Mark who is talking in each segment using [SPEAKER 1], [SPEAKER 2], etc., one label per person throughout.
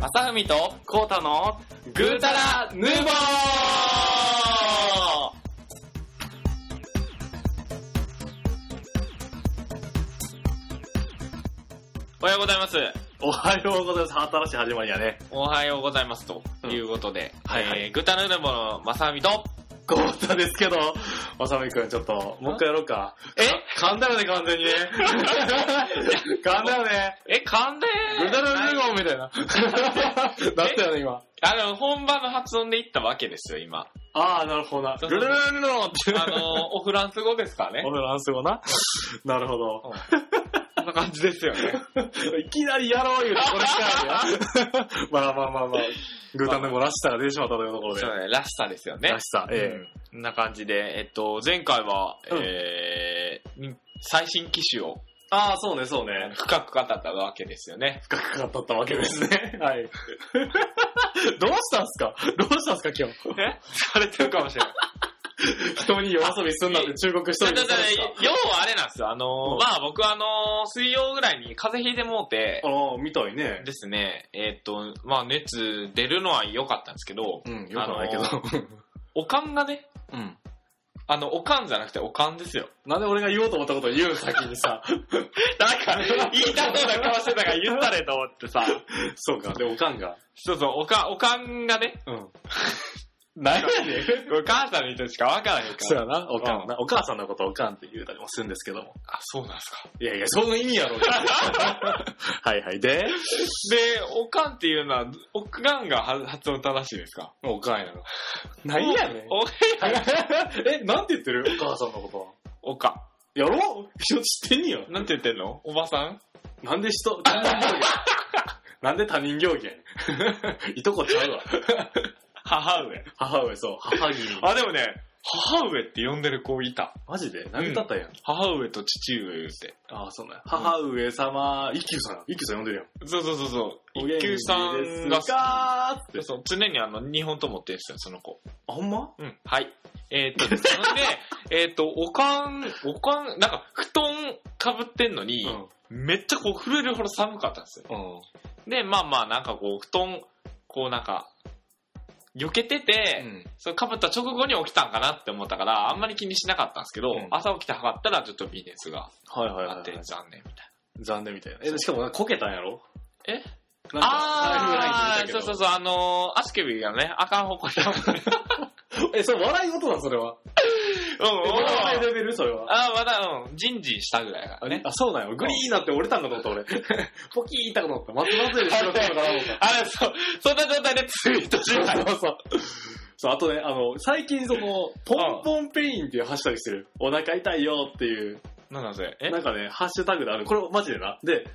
[SPEAKER 1] 朝海とコータのグータラヌーボーおはようございます。
[SPEAKER 2] おはようございます。新しい始まりやね。
[SPEAKER 1] おはようございます。ということで、
[SPEAKER 2] うんはいはい
[SPEAKER 1] えーグータラヌーボーの正海と、
[SPEAKER 2] ゴータですけど、まさみくん、ちょっと、もう一回やろうか。
[SPEAKER 1] え
[SPEAKER 2] 噛んだよね、完全 にね。噛んだよね。
[SPEAKER 1] え、勘で
[SPEAKER 2] グダラルゴンみたいな。だったよね、今。
[SPEAKER 1] あの、本場の発音で言ったわけですよ、今。
[SPEAKER 2] ああ、なるほどな。
[SPEAKER 1] そう
[SPEAKER 2] ル
[SPEAKER 1] そう
[SPEAKER 2] ルルルルルンって。
[SPEAKER 1] あの、おフランス語ですからね
[SPEAKER 2] お。フランス語な。なるほど。
[SPEAKER 1] こんな感じですよね。
[SPEAKER 2] いきなりやろう言うて、これ しかないや。まあまあまあまあ。グータンでもらしさが出てしまったというところ で
[SPEAKER 1] そ。うね、らしさですよね。
[SPEAKER 2] らしさ、ええ。
[SPEAKER 1] こんな感じで、えっと、前回は、
[SPEAKER 2] うん
[SPEAKER 1] えーに最新機種を
[SPEAKER 2] ああ、そうね、そうね。
[SPEAKER 1] 深く語ったわけですよね。
[SPEAKER 2] 深く語ったわけですね。 はい。どうしたんすかどうしたんすか今日。
[SPEAKER 1] えされてるかもしれ ない。
[SPEAKER 2] 人に夜遊びすんなって忠告しといて
[SPEAKER 1] だだだ要はあれなんですよ。あのー
[SPEAKER 2] うん
[SPEAKER 1] まあ僕はあのー水曜ぐらいに風邪ひいてもうて、
[SPEAKER 2] ああ、みたいね。
[SPEAKER 1] ですね、えっと、まあ熱出るのは良かったんですけど、
[SPEAKER 2] うん、よくないけど
[SPEAKER 1] あ。おかんがね、
[SPEAKER 2] うん。
[SPEAKER 1] あの、おかんじゃなくておかんですよ。
[SPEAKER 2] なんで俺が言おうと思ったことを言う先に さ。
[SPEAKER 1] なんか、言いたそうな顔してたから言ったれと思ってさ。
[SPEAKER 2] そうか、で、おかんが。
[SPEAKER 1] そうそう、おか、おかんがね、
[SPEAKER 2] うん。何やねん。
[SPEAKER 1] お母さんの人しかわからへんから。
[SPEAKER 2] そうやな、おかんな。お母さんのことをおかんって言うたりもするんですけども。
[SPEAKER 1] あ、そうなんですか。
[SPEAKER 2] いやいや、その意味やろ。 はいはい。で、
[SPEAKER 1] で、おかんっていうのは、おかんがは発音正しいですか
[SPEAKER 2] おかんやろ。何やねん。
[SPEAKER 1] お、
[SPEAKER 2] え、なんて言ってるお母さんのことは。
[SPEAKER 1] おおか。
[SPEAKER 2] やろ人知ってんよ。
[SPEAKER 1] なんて言ってんのおばさん
[SPEAKER 2] なんで人、 なんで他人行儀やね ん。いとこちゃうわ。
[SPEAKER 1] 母上。
[SPEAKER 2] 母上、そう。母君。
[SPEAKER 1] あ、でもね、母上って呼んでる子いた。
[SPEAKER 2] マジで何だったやん。
[SPEAKER 1] 母上と父上言うて。
[SPEAKER 2] ああ、そうなんや。母上様、一休さん。一休さん呼んでる
[SPEAKER 1] そうそうそうそう。
[SPEAKER 2] やん。
[SPEAKER 1] 一級さんが
[SPEAKER 2] がかーっ
[SPEAKER 1] そう
[SPEAKER 2] て。
[SPEAKER 1] そう、常にあの、日本ともってるんですよ、その子。
[SPEAKER 2] あ、ほんま
[SPEAKER 1] うん。はい。えーっ とです、それで、えーっと、おかん、おかん、なんか、布団かぶってんの
[SPEAKER 2] う
[SPEAKER 1] に、
[SPEAKER 2] ん。
[SPEAKER 1] めっちゃこう、震えるほど寒かったんですよ。
[SPEAKER 2] うん。
[SPEAKER 1] で、まあまあ、なんかこう、布団、こうなんか、避けてて、そのかぶった直後に起きたんかなって思ったから、あんまり気にしなかったんですけど、
[SPEAKER 2] うん
[SPEAKER 1] 朝起きて測ったらちょっと微熱が
[SPEAKER 2] はいはい
[SPEAKER 1] あ
[SPEAKER 2] は
[SPEAKER 1] って
[SPEAKER 2] い。
[SPEAKER 1] 残念みたい
[SPEAKER 2] 残念みたいな。え、しかも、こけたんやろ
[SPEAKER 1] え
[SPEAKER 2] なん
[SPEAKER 1] な。
[SPEAKER 2] かライ
[SPEAKER 1] あ
[SPEAKER 2] フライン
[SPEAKER 1] ー、
[SPEAKER 2] で見たけ
[SPEAKER 1] そ
[SPEAKER 2] ど
[SPEAKER 1] うそうそう、あのー、足首がね、あかん方 向だもんね。
[SPEAKER 2] え、それ笑い事なんそれは。
[SPEAKER 1] うん、
[SPEAKER 2] え笑いレベルそれは。
[SPEAKER 1] あー、まだ、うん、ジンジンしたぐらいがね。
[SPEAKER 2] あ、そうなんよ。グリーンなって折れたんかと思った、俺。 ポキーンいったかと思った。松松より白くなるのかなと思っ
[SPEAKER 1] あ
[SPEAKER 2] た。
[SPEAKER 1] れ、そう、そんな状態でツイートしてた。
[SPEAKER 2] そうそう。そう、あとね、あの、最近その、ポンポンペインっていうハッシュタグしてる。お腹痛いよっていう、
[SPEAKER 1] なんなんそれえ
[SPEAKER 2] なんかね、ハッシュタグである。これマジでな。で、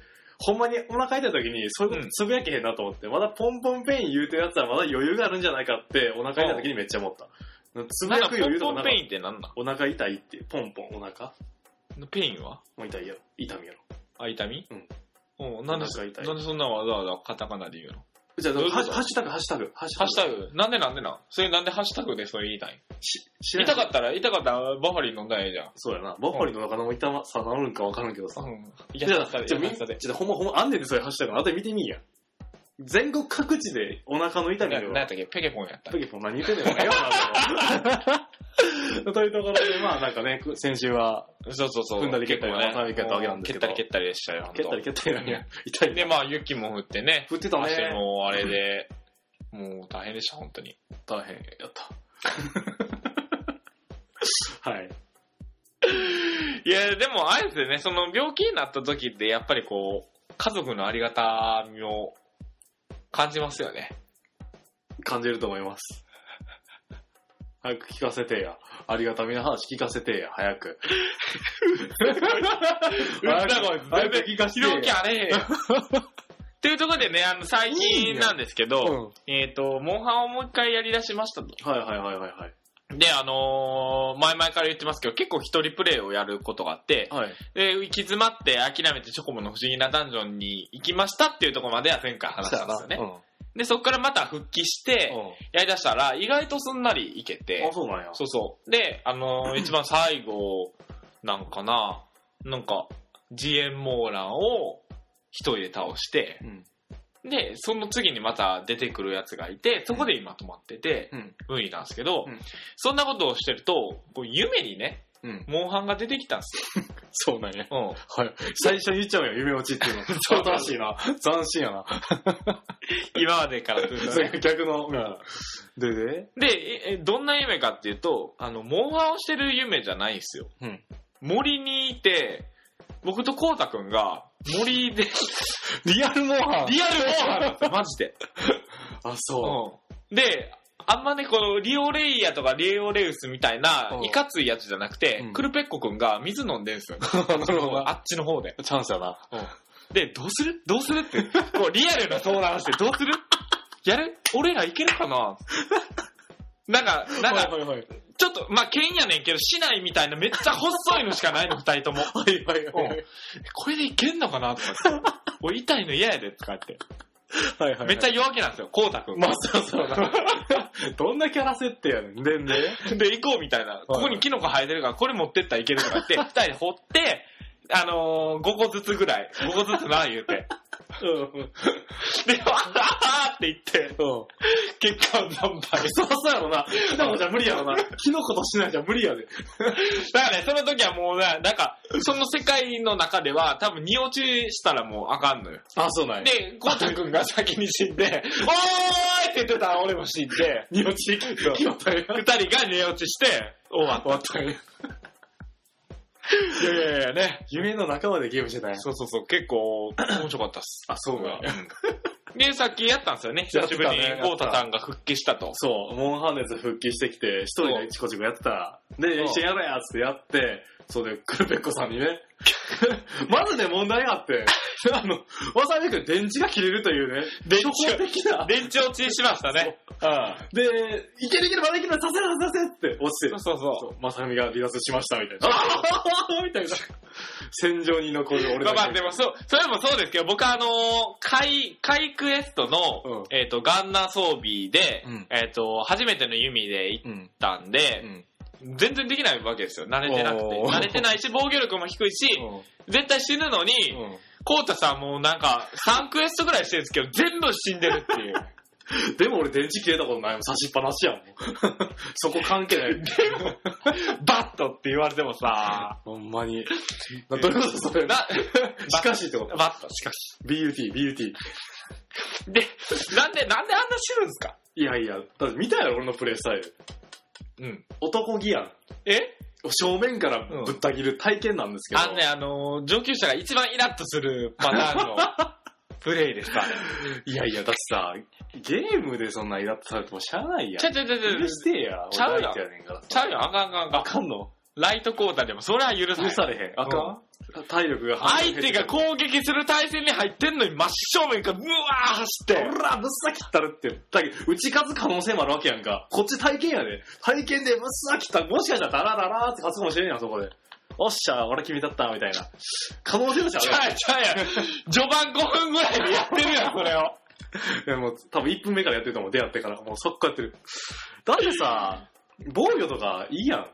[SPEAKER 2] ほんまにお腹痛い時にそういうことつぶやけへんなと思って、まだポンポンペイン言うてるやつはまだ余裕があるんじゃないかって、お腹痛い時にめっちゃ思った。つぶ
[SPEAKER 1] なん
[SPEAKER 2] や
[SPEAKER 1] か
[SPEAKER 2] く余裕と
[SPEAKER 1] ポ
[SPEAKER 2] か
[SPEAKER 1] ン
[SPEAKER 2] な
[SPEAKER 1] ポンペ
[SPEAKER 2] かっ
[SPEAKER 1] インってなんだ
[SPEAKER 2] たお腹痛いって、ポンポンお腹
[SPEAKER 1] ペインは
[SPEAKER 2] もう痛いやろ。痛みやろ。
[SPEAKER 1] あ、痛み
[SPEAKER 2] うん。
[SPEAKER 1] うん。なんで
[SPEAKER 2] お腹痛い
[SPEAKER 1] なんでそんなわざわざカタカナで言うの
[SPEAKER 2] じゃあ、
[SPEAKER 1] どういうこと
[SPEAKER 2] ハッシュハッシュタグ、ハッシュタグ、ハッシ
[SPEAKER 1] ハッシュタグなんでなんでなんそれなんでハッシュタグでそれ言いたい
[SPEAKER 2] し知らん
[SPEAKER 1] 痛かったら、痛かったらバファリン飲んだらええじゃん。
[SPEAKER 2] そうやな。バッファリンの中の痛さ治るんかわからんけどさ。
[SPEAKER 1] うん。
[SPEAKER 2] じ
[SPEAKER 1] 優
[SPEAKER 2] ゃあ
[SPEAKER 1] しさで、
[SPEAKER 2] じゃあみ
[SPEAKER 1] 優しさで。
[SPEAKER 2] ちょっとほんまほんま、あんねんでそういうハッシュタグ。あとで見てみんや。全国各地でお腹の痛み
[SPEAKER 1] な
[SPEAKER 2] が。
[SPEAKER 1] なんやったっけペケポンやったっけ。
[SPEAKER 2] 時も何言ってんねん、お前よ。 というところで、まあなんかね、先週は、
[SPEAKER 1] そうそうそう。
[SPEAKER 2] 踏んだり蹴ったり
[SPEAKER 1] 結構
[SPEAKER 2] また蹴ったわけなんで
[SPEAKER 1] 蹴
[SPEAKER 2] す
[SPEAKER 1] った
[SPEAKER 2] けど
[SPEAKER 1] り蹴ったりでしたよ。ほんと
[SPEAKER 2] 蹴ったり蹴ったりなんや。痛いね。
[SPEAKER 1] で、まあ、雪も降ってね。
[SPEAKER 2] 振ってた
[SPEAKER 1] 足
[SPEAKER 2] ね。
[SPEAKER 1] もあれで、もう大変でした、本当に。
[SPEAKER 2] 大変や った。はい。
[SPEAKER 1] いや、でも、あえてね、その病気になった時って、やっぱりこう、家族のありがたみを感じますよね。
[SPEAKER 2] 感じると思います。早く聞かせてや。ありがたみの話聞かせてや、早く。
[SPEAKER 1] うんだから
[SPEAKER 2] 早く聞かせて
[SPEAKER 1] 広
[SPEAKER 2] や
[SPEAKER 1] き。ゃあれへんやん。というところでね、あの、最近なんですけど、
[SPEAKER 2] うん
[SPEAKER 1] えっ、と、モンハンをもう一回やり出しましたと。
[SPEAKER 2] はいはいはいはいはい。
[SPEAKER 1] で、あのー前々から言ってますけど、結構一人プレイをやることがあって、
[SPEAKER 2] はい。
[SPEAKER 1] で、行き詰まって諦めてチョコボの不思議なダンジョンに行きましたっていうところまでは前回話したんですよね。で、そこからまた復帰して、
[SPEAKER 2] う
[SPEAKER 1] やり出したら、意外とすんなりいけて
[SPEAKER 2] ん。あ、、そうなんや。
[SPEAKER 1] そうそう。で、あ のー一番最後なんかな、なんか、ジエンモーランを一人で倒して、
[SPEAKER 2] うん。
[SPEAKER 1] で、その次にまた出てくるやつがいて、そこで今止まってて、
[SPEAKER 2] うん。
[SPEAKER 1] 運位なんですけど、
[SPEAKER 2] うん
[SPEAKER 1] そんなことをしてると、こう夢にね、
[SPEAKER 2] うん。
[SPEAKER 1] モンハンが出てきたんです
[SPEAKER 2] そうなんや。
[SPEAKER 1] よ。
[SPEAKER 2] はい。最初に言っちゃうよ、夢落ちっていうの。 そう正しいな。斬新やな。
[SPEAKER 1] うん。今までからすると
[SPEAKER 2] それ
[SPEAKER 1] ね
[SPEAKER 2] が逆の。うんでで
[SPEAKER 1] で、ええどんな夢かっていうと、あの、モンハンをしてる夢じゃないんですよ。
[SPEAKER 2] うん
[SPEAKER 1] 森にいて、僕とこうたくんが森で、
[SPEAKER 2] リアルモンハ
[SPEAKER 1] リアルモンハンなんです よマジで。
[SPEAKER 2] ンあ、そ
[SPEAKER 1] うんで、あんまね、このリオレイヤとかリオレウスみたいな
[SPEAKER 2] う、ん
[SPEAKER 1] いかついやつじゃなくて、
[SPEAKER 2] うん
[SPEAKER 1] クルペッコくんが水飲んでんすよ、ね。
[SPEAKER 2] う。 なるほどな。
[SPEAKER 1] あっちの方で。
[SPEAKER 2] チャンスやな。
[SPEAKER 1] で、どうするどうするって、こうリアルな相談して、どうするやる俺らいけるかななんか、なんか、
[SPEAKER 2] はいはい。
[SPEAKER 1] ちょっと、まあ、県やねんけど、市内みたいなめっちゃ細いのしかないの、二人とも。
[SPEAKER 2] はいはいは
[SPEAKER 1] うんこれでいけんのかなとか言って。俺痛いの嫌やで、とかって。
[SPEAKER 2] はいはい。
[SPEAKER 1] めっちゃ
[SPEAKER 2] ゃ、
[SPEAKER 1] 弱気なんですよ、こうたくん。
[SPEAKER 2] まあそうそうな。 どんなキャラ設定やねん。でんで。
[SPEAKER 1] で、行こうみたいな。ここにキノコ生えてるから、これ持ってったらいけると かって、二人で掘って、あのー、5個ずつぐらい。5個ずつな、言うて。
[SPEAKER 2] うん。うん。
[SPEAKER 1] で、わーって言って、
[SPEAKER 2] そ
[SPEAKER 1] 結果は惨敗。
[SPEAKER 2] うそうやろな。キノコじゃ無理やろな。キノコとしないじゃ無理やで。
[SPEAKER 1] だからね、その時はもうな、なんか、その世界の中では、多分、二落ちしたらもうあかんのよ。
[SPEAKER 2] あ、そうなんや。
[SPEAKER 1] で、コウタくんが先に死んで、おーいって言ってたら俺も死んで、
[SPEAKER 2] 二落ち、決まったよ。
[SPEAKER 1] 二人が寝落ちして、終わっ
[SPEAKER 2] 終わったよ。
[SPEAKER 1] た。いやいやいやね。
[SPEAKER 2] 夢の中までゲームしてたんや。
[SPEAKER 1] そうそうそう、結構、面白かったっす。
[SPEAKER 2] あ、そ
[SPEAKER 1] そうだ。で、さっきやったんですよね。久
[SPEAKER 2] やった
[SPEAKER 1] し
[SPEAKER 2] ね
[SPEAKER 1] ぶりに、ゴータさんが復帰したと。
[SPEAKER 2] そう、モンハン熱復帰してきて、一人でチコチコやってた。で、
[SPEAKER 1] うん
[SPEAKER 2] 一緒にやろうやっつってやって、そうで、クルペッコさんにね、 まずね、問題があって、 あの、わさびくん電池が切れるというね、
[SPEAKER 1] 電池
[SPEAKER 2] 初歩的な。
[SPEAKER 1] 電池落ちしましたね。
[SPEAKER 2] で、いけるいける、まだいける、させろさせろって落ちて
[SPEAKER 1] そう、そうそ
[SPEAKER 2] まさみが離脱しましたみたいな。ああみたいな。戦場に残る俺
[SPEAKER 1] う。まあ
[SPEAKER 2] だ
[SPEAKER 1] まあ、
[SPEAKER 2] け
[SPEAKER 1] でもそう、それもそうですけど、僕はあのー、海、海クエスト
[SPEAKER 2] う
[SPEAKER 1] の
[SPEAKER 2] ん、
[SPEAKER 1] えっと、ガンナ装備で
[SPEAKER 2] うん、
[SPEAKER 1] えっと、初めての弓で行っ
[SPEAKER 2] うん。
[SPEAKER 1] たん
[SPEAKER 2] う
[SPEAKER 1] で、
[SPEAKER 2] ん。
[SPEAKER 1] 全然できないわけですよ。慣れてなくて。
[SPEAKER 2] おー
[SPEAKER 1] 慣れてないし、防御力も低いし、絶対死ぬのに、コウタさんもうなんか、3クエストぐらいしてるんですけど、全部死んでるっていう。
[SPEAKER 2] でも俺電池切れたことないもん。差しっぱなしやもん。 そこ関係ない。
[SPEAKER 1] バットって言われてもさ、
[SPEAKER 2] ほんまに。などういうことそれ。
[SPEAKER 1] な、
[SPEAKER 2] しかしってこと。
[SPEAKER 1] バット、しかし。
[SPEAKER 2] BUT、BUT。
[SPEAKER 1] で、なんで、なんであんな死ぬんですか
[SPEAKER 2] いやいや、だって見たやろ、俺のプレイスタイル。
[SPEAKER 1] うん。
[SPEAKER 2] 男気やん。
[SPEAKER 1] え
[SPEAKER 2] 正面からぶった切る体験なんですけど。
[SPEAKER 1] あのね、あのー上級者が一番イラッとするパターン のプレイでした。
[SPEAKER 2] いやいや、だってさ、ゲームでそんなイラッとされてもしゃあないやん
[SPEAKER 1] ちゃ。うちゃうちゃうちゃ
[SPEAKER 2] 許
[SPEAKER 1] う。
[SPEAKER 2] してや。
[SPEAKER 1] ちゃうやん
[SPEAKER 2] 俺大嫌いねんからさ。
[SPEAKER 1] ちゃうよ、あかんあかんあかん
[SPEAKER 2] あ。かんの
[SPEAKER 1] ライトコーターでも、それは許さな
[SPEAKER 2] 許
[SPEAKER 1] い。
[SPEAKER 2] されへん。あかん体力が半
[SPEAKER 1] 相
[SPEAKER 2] 分減っ
[SPEAKER 1] 手
[SPEAKER 2] て
[SPEAKER 1] が
[SPEAKER 2] う、
[SPEAKER 1] 攻撃する対戦に入ってんのに真正面からブワー走って、
[SPEAKER 2] ほら、ぶっさ切ったるって。だけど、打ち勝つ可能性もあるわけやんか。こっち体験やで。体験でぶっさ切ったら、もしかしたらダラダラーって勝つかもしれんやん、そこで。おっしゃ、俺君だった、みたいな。可能性として
[SPEAKER 1] ち
[SPEAKER 2] あ
[SPEAKER 1] ゃうやんちゃうやん。序盤5分ぐらいでやってるやん、それを。
[SPEAKER 2] る。いやもう、多分1分目からやってると思う、出会ってから。もう、そっからやってる。だってさ、防御とかいいやん。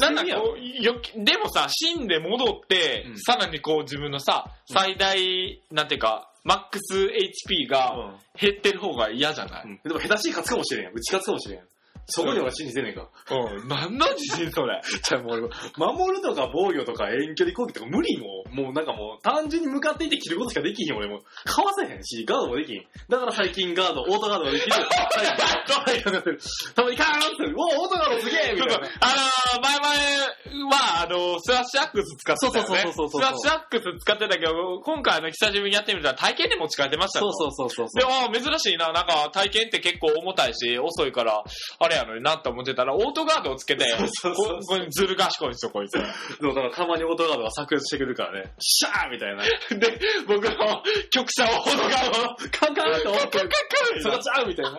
[SPEAKER 1] なんだ
[SPEAKER 2] いいやん
[SPEAKER 1] こうよきでもさ、死んで戻って、
[SPEAKER 2] うん
[SPEAKER 1] さらにこう自分のさ、
[SPEAKER 2] うん
[SPEAKER 1] 最大、なんていうか、マックス HP が減ってる方が嫌じゃない、
[SPEAKER 2] うんでも、下手しい勝つかもしれんやん。打ち勝つかもしれんやん。そこで俺信じてんねえか。
[SPEAKER 1] うん、何の自信 それ。
[SPEAKER 2] じゃあもう俺、守るとか防御とか遠距離攻撃とか無理もう、もうなんかもう単純に向かっていって切ることしかできひん俺も。かわせへんし、ガードもできひん。だから最近ガード、オートガードができる。最近ガードができるたまにカーンって、うおオートガードすげえみ
[SPEAKER 1] そう
[SPEAKER 2] た
[SPEAKER 1] そ
[SPEAKER 2] いうな。
[SPEAKER 1] あのー、前々は、あのースラッシュアックス使ってたよね。
[SPEAKER 2] そうそうそうそうそう
[SPEAKER 1] スラッシュアックス使ってたけど、今回あの、久しぶりにやってみたら体験で持ち帰ってました。
[SPEAKER 2] そうそううそうそう。
[SPEAKER 1] で、あー珍しいな、なんか体験って結構重たいし、遅いから、あれやのになって思ってたら、オートガードをつけて、
[SPEAKER 2] そうそうそう
[SPEAKER 1] ここにずる賢いんですよ、こいつ。
[SPEAKER 2] でもだからたまにオートガードが炸裂してくるからね。シャーみたいな。
[SPEAKER 1] で、僕の局者をほどが、
[SPEAKER 2] カンカンって思って、そ
[SPEAKER 1] そ
[SPEAKER 2] こ
[SPEAKER 1] こ
[SPEAKER 2] ちゃうみたいな。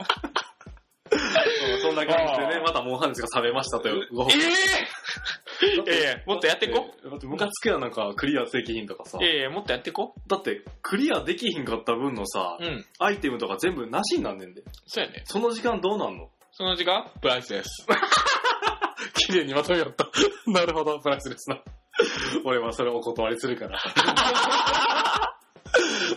[SPEAKER 2] そうそんな感じでね、またモンハンですが冷めましたというご報
[SPEAKER 1] え
[SPEAKER 2] 告。
[SPEAKER 1] えいやいやもっとやってこ
[SPEAKER 2] う。だってムカつくやんなんかクリアできひんとかさ
[SPEAKER 1] い。やいや、もっとやってこ
[SPEAKER 2] だって、クリアできひんかった分のさ、
[SPEAKER 1] うん。
[SPEAKER 2] アイテムとか全部なしになんねんで。
[SPEAKER 1] そうやね。
[SPEAKER 2] その時間どうなんの
[SPEAKER 1] その時間プライスです。
[SPEAKER 2] 綺麗にまと めよった。なる ほど、プラスですな。俺はそれをお断りするから。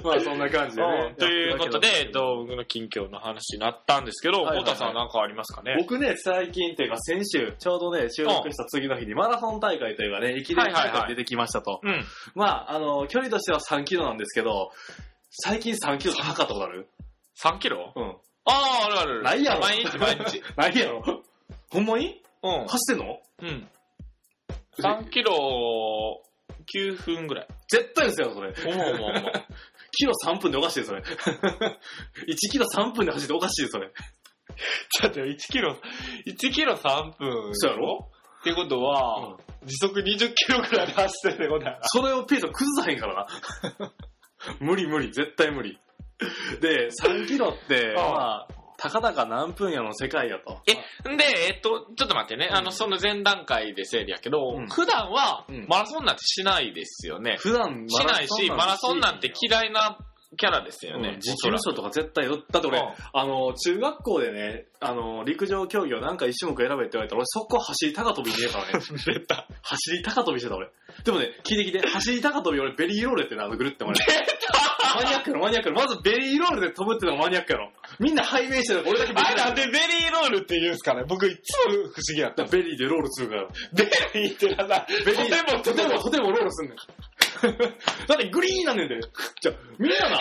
[SPEAKER 2] まあそんな感じで
[SPEAKER 1] う
[SPEAKER 2] ね
[SPEAKER 1] ん。ということで、えっ
[SPEAKER 2] ど
[SPEAKER 1] と、僕の近況の話になったんですけど、
[SPEAKER 2] はいはいはい
[SPEAKER 1] コタさんなんかありますかね
[SPEAKER 2] 僕ね、最近というか先週、ちょうどね、収録した次の日にマラソン大会というかね、駅伝
[SPEAKER 1] はい
[SPEAKER 2] 大
[SPEAKER 1] はいはい
[SPEAKER 2] 会出てきましたと。
[SPEAKER 1] うん。
[SPEAKER 2] まあ、あの、距離としては3キロなんですけど、最近3キロって測ったことある
[SPEAKER 1] 3キロ
[SPEAKER 2] うん。
[SPEAKER 1] ああ、あるある。
[SPEAKER 2] ないやろ
[SPEAKER 1] 毎日毎 日。
[SPEAKER 2] ないやろほんまに
[SPEAKER 1] う
[SPEAKER 2] 走ってんの
[SPEAKER 1] ん。うん。3キロ9分ぐらい。
[SPEAKER 2] 絶対嘘やろ、それ。
[SPEAKER 1] 思 う思う思う。
[SPEAKER 2] キロ3分でおかしいよ それ。1キロ3分で走っておかしいよそれ。
[SPEAKER 1] ちょっと1キロ、1キロ3分。
[SPEAKER 2] そうやろ
[SPEAKER 1] ってことは、時速20キロぐらいで走ってるってことやな。
[SPEAKER 2] それをペースを崩さへんからな。 無理無理、絶対無理。で、3キロって、
[SPEAKER 1] ああ
[SPEAKER 2] まあ、たかだか何分やの世界やと。
[SPEAKER 1] え、んで、えっと、ちょっと待ってね。
[SPEAKER 2] うん
[SPEAKER 1] あの、その前段階で整理やけど、
[SPEAKER 2] うん
[SPEAKER 1] 普段は
[SPEAKER 2] うん
[SPEAKER 1] マラソンなんてしないですよね。
[SPEAKER 2] 普段
[SPEAKER 1] しないし、マラソンなんて嫌いなキャラですよ
[SPEAKER 2] ね
[SPEAKER 1] ね。。
[SPEAKER 2] 自給書とか絶対よ。だって俺、
[SPEAKER 1] うん
[SPEAKER 2] あの、中学校でね、あの、陸上競技をなんか一種目選べって言われたら、俺そこ走り高跳び見えからね。
[SPEAKER 1] 出た。
[SPEAKER 2] 走り高跳びしてた俺。でもね、聞いてきて、走り高跳び俺ベリーロールってな、ぐるって回る。 マニアックやろ、マニアックやろ。まずベリーロールで飛ぶってのがマニアックやろ。みんな背面してるから俺だけベリ
[SPEAKER 1] あ
[SPEAKER 2] ー
[SPEAKER 1] れ
[SPEAKER 2] ロー
[SPEAKER 1] な
[SPEAKER 2] ル
[SPEAKER 1] んでベリーロールって言うんすかね僕いつも不思議やっ
[SPEAKER 2] だ
[SPEAKER 1] た。
[SPEAKER 2] からベリーでロールするから。
[SPEAKER 1] ベリーってなんだ、
[SPEAKER 2] ベリー、
[SPEAKER 1] とても
[SPEAKER 2] と
[SPEAKER 1] と
[SPEAKER 2] て
[SPEAKER 1] て
[SPEAKER 2] も、
[SPEAKER 1] も、
[SPEAKER 2] とてもロールすんねん。だってグリーンなんねんで。じゃあみんなが、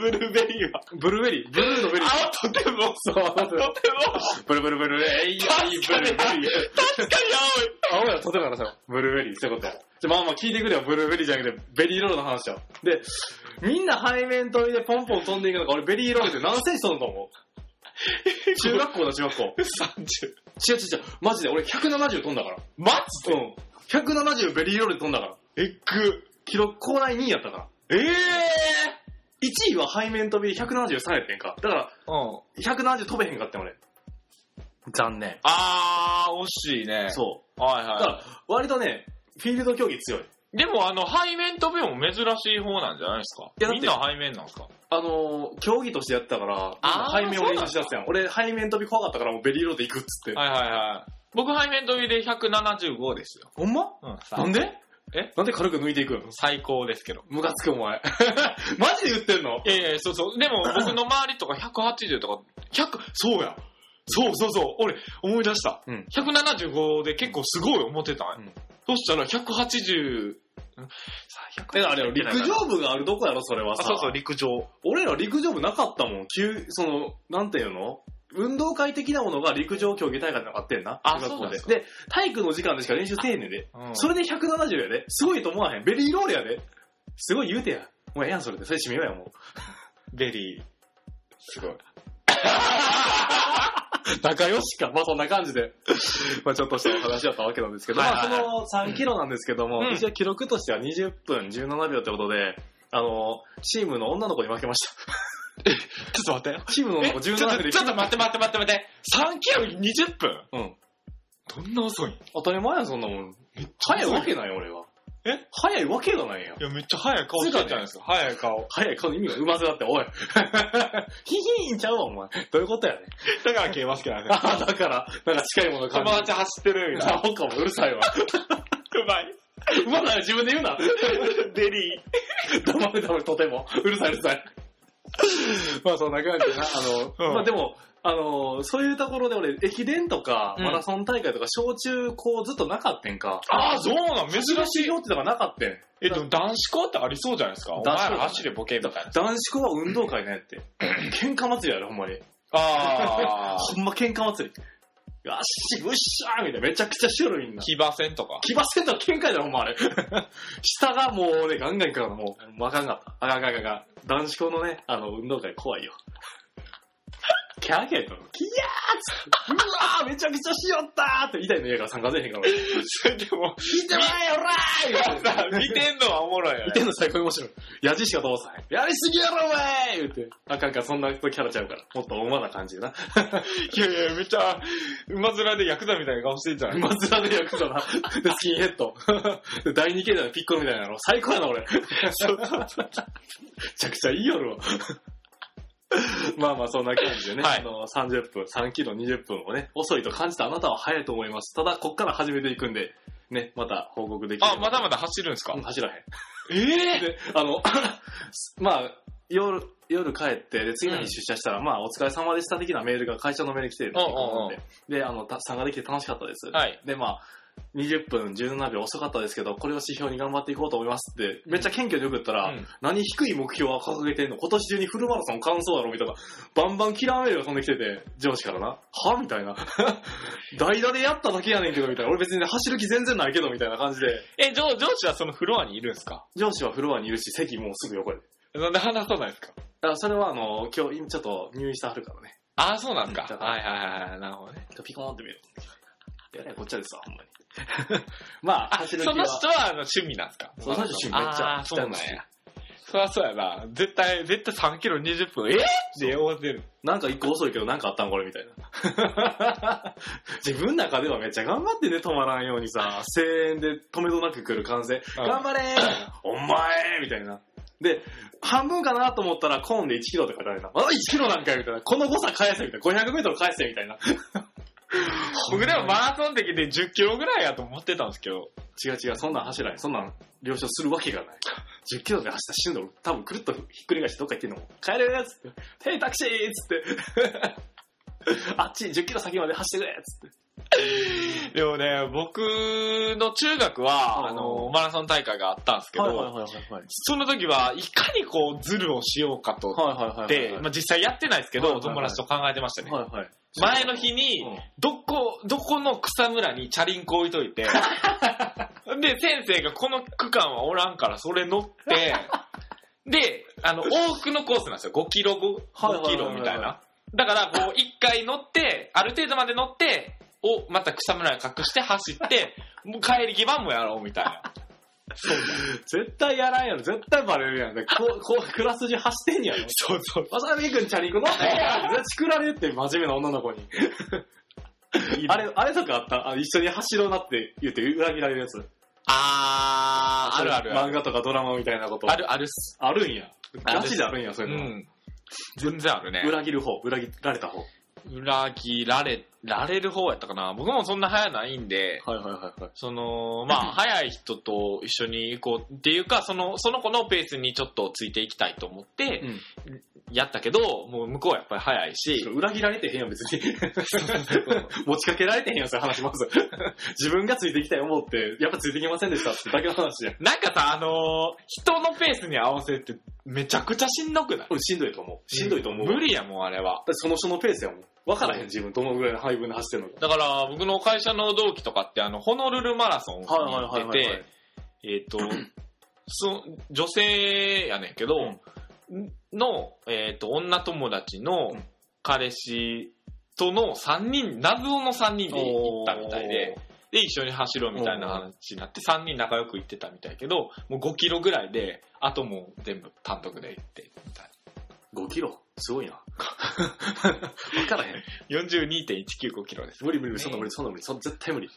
[SPEAKER 1] ブルーベリーは。
[SPEAKER 2] ブルーベリー、ブルーのベリー。
[SPEAKER 1] あ、とても、
[SPEAKER 2] そう
[SPEAKER 1] とても、
[SPEAKER 2] ブルブルブル、えい、ブルーベリー。
[SPEAKER 1] 確かに青い。
[SPEAKER 2] 青やとてもからさ、ブルーベリー、そういうこと。じゃ、まあまあ聞いてくれよ、ブルーベリーじゃなくて、ベリーロールの話よ。で、みんな背面飛びでポンポン飛んでいくのか、俺ベリーロールって何センチ飛んだと 思う中学校だ、中学校。
[SPEAKER 1] 30。
[SPEAKER 2] 違う違う違う、マジで、俺170飛んだから。
[SPEAKER 1] マジ
[SPEAKER 2] うん。170ベリーロールで飛んだから。
[SPEAKER 1] でエッグ。
[SPEAKER 2] 記録、校内2位やったから。
[SPEAKER 1] ええ
[SPEAKER 2] 1位は背面飛びで173やってんか。だから、
[SPEAKER 1] うん。
[SPEAKER 2] 170飛べへんかってん俺。残念。
[SPEAKER 1] あー、惜しいね。。
[SPEAKER 2] そう
[SPEAKER 1] はい
[SPEAKER 2] だか
[SPEAKER 1] は
[SPEAKER 2] ら、割とね、フィールド競技強い。
[SPEAKER 1] い。でも、あの、背面飛びも珍しい方なんじゃないですか
[SPEAKER 2] いやだっ
[SPEAKER 1] み
[SPEAKER 2] て
[SPEAKER 1] んな背面なんですか
[SPEAKER 2] あのー、競技としてやったから、
[SPEAKER 1] あー
[SPEAKER 2] 背面を練習したやつやん。俺、背面飛び怖かったから、もうベリーローで行くっつって。
[SPEAKER 1] はいはいはい。僕、背面飛びで175ですよ。
[SPEAKER 2] ほんま
[SPEAKER 1] うん。
[SPEAKER 2] なんで
[SPEAKER 1] え
[SPEAKER 2] なんで軽く抜いていくの
[SPEAKER 1] 最高ですけど。
[SPEAKER 2] ムカつく、お前。 マジで言ってんの
[SPEAKER 1] いやいや、そうそう。でも、僕の周りとか180とか、100、そうや。そうそうそう。俺、思い出した。
[SPEAKER 2] うん
[SPEAKER 1] 175で結構すごい思ってたんや、
[SPEAKER 2] うん
[SPEAKER 1] そしたら180、うんさあ
[SPEAKER 2] え、
[SPEAKER 1] 180
[SPEAKER 2] あれよ、陸上部があるとこやろ、それは
[SPEAKER 1] あ、
[SPEAKER 2] さ。
[SPEAKER 1] そうそう、陸上。
[SPEAKER 2] 俺ら陸上部なかったもん。急、その、なんていうの運動会的なものが陸上競技大会なかってんな。
[SPEAKER 1] あ
[SPEAKER 2] 中学校で。
[SPEAKER 1] そう
[SPEAKER 2] で、体育の時間でしか練習せえねんで。そ
[SPEAKER 1] れ、
[SPEAKER 2] れで170やで。すごいと思わへん。ベリーロールやで。すごい言うてや。もうええやん、それで。それ締めようや、もう。
[SPEAKER 1] ベリー。すごい。
[SPEAKER 2] 仲良しか。まあそんな感じで。 まあちょっとしたお話だったわけなんですけど、
[SPEAKER 1] はいはいはい
[SPEAKER 2] まあその3キロなんですけども、
[SPEAKER 1] うん
[SPEAKER 2] 一応記録としては20分17秒ってことで、あの、チームの女の子に負けました。
[SPEAKER 1] ちょっと待って。
[SPEAKER 2] チームの女の子
[SPEAKER 1] ちょっと、ちょ
[SPEAKER 2] 17秒で。
[SPEAKER 1] っと待って待って待って待って。3キロ20分
[SPEAKER 2] うん。
[SPEAKER 1] どんな遅いんい
[SPEAKER 2] 当たり前や、そんなもん。
[SPEAKER 1] ゃ
[SPEAKER 2] 早い
[SPEAKER 1] 遅い
[SPEAKER 2] わけない、俺は。
[SPEAKER 1] え
[SPEAKER 2] 早いわけがないやん。
[SPEAKER 1] や、めっちゃ早い顔してたじゃないですか。早い顔。
[SPEAKER 2] 早い顔の意味がうまずだって、おい。 ヒヒーンちゃうわ、お前。どういうことやねん。
[SPEAKER 1] だから消えますけどね。
[SPEAKER 2] あ だから、なんか近いもの感
[SPEAKER 1] 友
[SPEAKER 2] じる。
[SPEAKER 1] 達走ってるみたいな。
[SPEAKER 2] あ、ほかもうるさいわ。
[SPEAKER 1] うまい。
[SPEAKER 2] うまない自分で言う な。
[SPEAKER 1] ベリー。
[SPEAKER 2] 黙れ黙れ、とても。うるさい、うるさい。まあそんな感じでな。あの、
[SPEAKER 1] うん
[SPEAKER 2] まあでも、あの、そういうところで俺、駅伝とか、
[SPEAKER 1] うん
[SPEAKER 2] マラソン大会とか、小中高ずっとなかったんか。
[SPEAKER 1] ああ、そうなん、珍しい。
[SPEAKER 2] よってのがなかったん。
[SPEAKER 1] え、でも男子校ってありそうじゃないですか。お
[SPEAKER 2] 男
[SPEAKER 1] 前
[SPEAKER 2] 子校
[SPEAKER 1] ら走れボケみたいな。
[SPEAKER 2] 男子校は運動会ねって。喧嘩祭りやろ、ほんまに。
[SPEAKER 1] あ
[SPEAKER 2] ほんま喧嘩祭り。よっし、うっしゃーみたいな。めちゃくちゃ種類みんな。
[SPEAKER 1] 騎馬戦とか。
[SPEAKER 2] 騎馬戦とは喧嘩だろ、ほんまあれ。 下がもうね、ガンガンからもう、わかんかった。あかんあかんあかんあかん。男子校のね、あの、運動会怖いよ。 キャーキャー言ったの。キヤーっつって、うわーめちゃくちゃしよったーって、みたいな家から参加せえへん から。聞
[SPEAKER 1] それでも、
[SPEAKER 2] いてまえよらー言うて
[SPEAKER 1] 見てんのはおもろいよ
[SPEAKER 2] 見
[SPEAKER 1] ね。
[SPEAKER 2] てんの最高に面白い。やじしか通さへん。やりすぎやろ、お前言うて。あかんあかん、そんなキャラちゃうから。もっと大まな感じでな。
[SPEAKER 1] いやいや、めっちゃ、馬面でヤクザみたいな顔してんじゃ ない
[SPEAKER 2] マズラでヤ クザな。で、スキンヘッド。 で、第二形態のピッコロみたいなの。最高や な、俺。めちゃくちゃいい夜を。 まあまあ、そんな感じでね。
[SPEAKER 1] はい
[SPEAKER 2] あの、30分、3キロ20分をね、遅いと感じたあなたは早いと思います。ただ、こっから始めていくんで、ね、また報告できれば
[SPEAKER 1] あ、まだまだ走るんですか
[SPEAKER 2] うん走らへん。
[SPEAKER 1] ええ
[SPEAKER 2] で、あの、 まあ、夜、夜帰って、で、次の日出社したら、まあ、お疲れ様でした的なメールが、会社のメール来てるんで
[SPEAKER 1] うんうんうん
[SPEAKER 2] で、あの、た参加できて楽しかったです。
[SPEAKER 1] はい。
[SPEAKER 2] で、まあ、20分17秒遅かったですけど、これを指標に頑張っていこうと思いますって、めっちゃ謙虚に送ったら、
[SPEAKER 1] うん
[SPEAKER 2] 何低い目標は掲げてんの今年中にフルマラソン完走だろみたいな、バンバンキラーメールが飛んできてて、上司からな、はみたいな。 代打でやっただけやねんけど、みたいな。俺別に走る気全然ないけど、みたいな感じで。
[SPEAKER 1] え、上上司はそのフロアにいるんですか
[SPEAKER 2] 上司はフロアにいるし、席もうすぐ横で。
[SPEAKER 1] なんで話さないんですか
[SPEAKER 2] あそれはあの、今日、ちょっと入院してはるからね。
[SPEAKER 1] ああ、そうなんです
[SPEAKER 2] うんちょっ
[SPEAKER 1] か。
[SPEAKER 2] と
[SPEAKER 1] はいはいはいはい。なるほどね。
[SPEAKER 2] ちょっとピコーンって見る。いやね、こっちゃですわ、ほんまに。 まあ、
[SPEAKER 1] あ、そ
[SPEAKER 2] 走る気は。
[SPEAKER 1] の人はあの趣味なんですか
[SPEAKER 2] そうその人趣味めっちゃ
[SPEAKER 1] あーそうなんや。そりゃそうやな。絶対、絶対3キロ20分、えー、って思ってる。
[SPEAKER 2] なんか一個遅いけど、なんかあったんこれみたいな。 自分の中ではめっちゃ頑張ってね、止まらんようにさ、声援で止めどなく来る感性。
[SPEAKER 1] うん
[SPEAKER 2] 頑張れーお前みたいな。で、半分かなと思ったら、コーンで1キロとか書いてあるな。まだ1キロなんかよみたいな。この誤差返せみたいな。500メートル返せみたいな。
[SPEAKER 1] 僕でもマラソン的で10キロぐらいやと思ってたんですけど。
[SPEAKER 2] 違う違う、そんなん走らない。そんなん了承するわけがない。10キロで走ったら死ぬの。多分くるっとひっくり返してどっか行ってんの。帰るーっつって。ヘイタクシーっつって。 あっち10キロ先まで走ってくれっつって。
[SPEAKER 1] でもね、僕の中学は、
[SPEAKER 2] あー
[SPEAKER 1] あの、マラソン大会があったんですけど、
[SPEAKER 2] はいはい。
[SPEAKER 1] その時はいかにこう、ズルをしようかと。
[SPEAKER 2] はいはいはい。
[SPEAKER 1] で、まあ、実際やってないですけど、
[SPEAKER 2] はいはいはい
[SPEAKER 1] 友達と考えてましたね。
[SPEAKER 2] はいはい。
[SPEAKER 1] 前の日に、どこ、どこの草むらにチャリンコ置いとい て、で、先生がこの区間はおらんから、それ乗って、で、あの、往復のコースなんですよ。5キロ、
[SPEAKER 2] はいは
[SPEAKER 1] 5
[SPEAKER 2] いはいはい
[SPEAKER 1] キロみたいな。だから、こう、一回乗って、ある程度まで乗って、を、また草むらに隠して走って、もう帰り際もやろうみたい な。
[SPEAKER 2] 絶対やらんやろ。絶対バレるやん。で こう、こう、クラス中走ってんやろ。
[SPEAKER 1] そうそう。
[SPEAKER 2] わさびくんチャリン コ乗って絶対作られるって真面目な女の子に。あれ、あれとかあったあの一緒に走ろうなって言って裏切られるやつ。
[SPEAKER 1] あー、あるあるあ
[SPEAKER 2] 漫
[SPEAKER 1] る。
[SPEAKER 2] 画とかドラマみたいなこと。
[SPEAKER 1] あるあるっす。
[SPEAKER 2] あるんや。
[SPEAKER 1] ある
[SPEAKER 2] ガチであるんや、そうういうの。
[SPEAKER 1] ん。全然あるね。
[SPEAKER 2] 裏切る方、裏切られた方。はい
[SPEAKER 1] 裏切られ、られる方やったかな。僕もそんな早ないんで、
[SPEAKER 2] はいはいはい。
[SPEAKER 1] その、ま あ、早い人と一緒に行こうっていうか、その、その子のペースにちょっとついていきたいと思って、やったけど、もう向こうはやっぱり早いし、
[SPEAKER 2] 裏切られてへんやん、別 に。持ちかけられてへんやん、それ話まず。自分がついてきたい思って、やっぱついてきませんでしたってだけの話やん。
[SPEAKER 1] なんかさ、あのー人のペースに合わせてめちゃくちゃしんどくない
[SPEAKER 2] 俺しんどいと思う。しんどいと思う。
[SPEAKER 1] 無理やもん、あれは。
[SPEAKER 2] だってその人のペースやもん。わからへん、自分。どのぐらいの配分で走ってんのか。
[SPEAKER 1] だから、僕の会社の同期とかって、あの、ホノルルマラソンに行ってて、えっ、 と、そ女性やねんけど、の、えっ、と、女友達の
[SPEAKER 2] うん
[SPEAKER 1] 彼氏との3人、謎の3人で行ったみたいで、で、一緒に走ろうみたいな話になって、3人仲良く行ってたみたいやけど、もう5キロぐらいで、あともう全部単独で行って、みたい
[SPEAKER 2] おー。5キロすごいな。 わからへん。
[SPEAKER 1] な。42.195キロです。
[SPEAKER 2] 無理無理無理、そんな無理、そんな無理、そん絶対無理。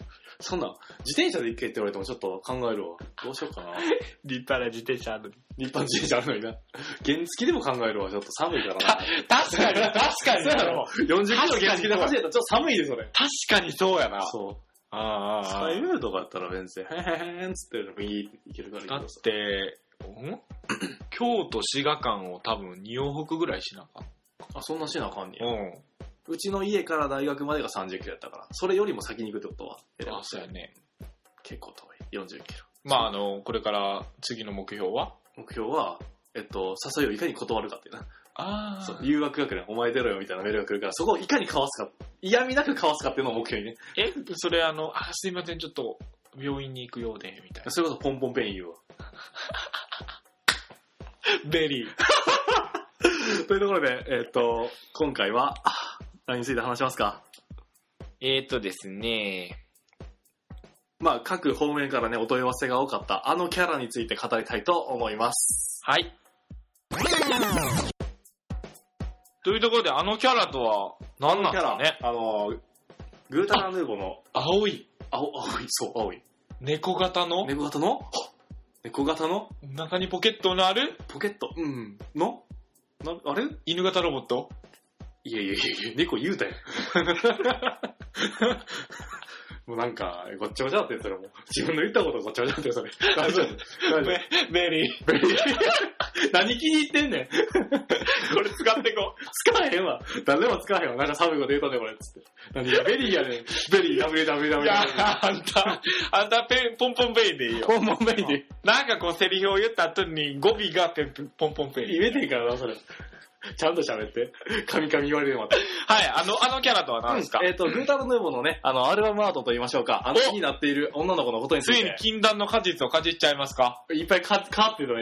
[SPEAKER 2] そんな、自転車で行けって言われてもちょっと考えるわ。どうしようかな。
[SPEAKER 1] 立派な自転車ある。
[SPEAKER 2] 立派な自転車あるのにな。原付でも考えるわ、ちょっと寒いからな。
[SPEAKER 1] 確かに、確か
[SPEAKER 2] そうやろ
[SPEAKER 1] に。。
[SPEAKER 2] 40キロ原付で走れたらちょっと寒いで、それ。
[SPEAKER 1] 確かにそうやな。
[SPEAKER 2] そう。
[SPEAKER 1] あ
[SPEAKER 2] スタイルとかやったら全然、へへへんっつって、いい、いけるからいい
[SPEAKER 1] だっ
[SPEAKER 2] けどさ。
[SPEAKER 1] て、 ん京都滋賀間を多分2往復ぐらいしなかっ
[SPEAKER 2] あ、そんなしなあかんね
[SPEAKER 1] た。
[SPEAKER 2] や。
[SPEAKER 1] ん。
[SPEAKER 2] うちの家から大学までが30キロやったから、それよりも先に行くってことは、
[SPEAKER 1] あ、そうやね。
[SPEAKER 2] 結構遠い。40キロ。
[SPEAKER 1] まあ、あの、これから次の目標は
[SPEAKER 2] 目標は、えっと、誘いをいかに断るかっていうな。
[SPEAKER 1] あ
[SPEAKER 2] そう、誘惑が来る。お前出ろよみたいなメールが来るから、そこをいかにかわすか。嫌味なくかわすかっていうのを目標にね。
[SPEAKER 1] え、それあの、あ、すいません、ちょっと病院に行くようで、みたい
[SPEAKER 2] それこそポンポンペン言うわ。
[SPEAKER 1] な。 ベリー。
[SPEAKER 2] というところで、えっと、今回は、何について話しますか
[SPEAKER 1] えーとですね、
[SPEAKER 2] まあ、各方面からね、お問い合わせが多かった、あのキャラについて語りたいと思います。
[SPEAKER 1] はい。というところで、あのキャラとは何なんですかね
[SPEAKER 2] あの、グータラヌーボの、
[SPEAKER 1] 青い
[SPEAKER 2] 青、青い、そう、青い。
[SPEAKER 1] 猫型の
[SPEAKER 2] 猫型の猫型の
[SPEAKER 1] 中にポケットのある
[SPEAKER 2] ポケット、うん、のなあれ
[SPEAKER 1] 犬型ロボット
[SPEAKER 2] いやいやいやいや、猫言うたやん。 もうなんか、ごっちゃごちゃだって、それもう。自分の言ったことごっちゃごちゃだって、それ。大丈夫。大丈夫。
[SPEAKER 1] ベリー。
[SPEAKER 2] 何気に入ってんねん。
[SPEAKER 1] これ使ってこ
[SPEAKER 2] 使えへんわ。誰でも使えへんわ。なんか寒いこと言うとんねん、これ。つって。何がベリーやねん。ベリー、ダメダメダ
[SPEAKER 1] う。
[SPEAKER 2] メ
[SPEAKER 1] いや
[SPEAKER 2] ダメ。、
[SPEAKER 1] あんた、あんたペン、ポンポンペイでいいよ。
[SPEAKER 2] ほんまベリーで。
[SPEAKER 1] なんかこうセリフを言った後に語尾がペンポンポンペイ。
[SPEAKER 2] 言えてんからな、それ。ちゃんと喋って。カミカミ言われるまた。
[SPEAKER 1] はい、あの、あのキャラとは何ですか
[SPEAKER 2] えっ、と、グータルヌーボーのね、あの、アルバムアートと言いましょうか、あの気になっている女の子のことにつ
[SPEAKER 1] つい
[SPEAKER 2] い
[SPEAKER 1] に
[SPEAKER 2] て、
[SPEAKER 1] 禁断の果実をかじっちゃいますか
[SPEAKER 2] いっぱいか、かって言ったの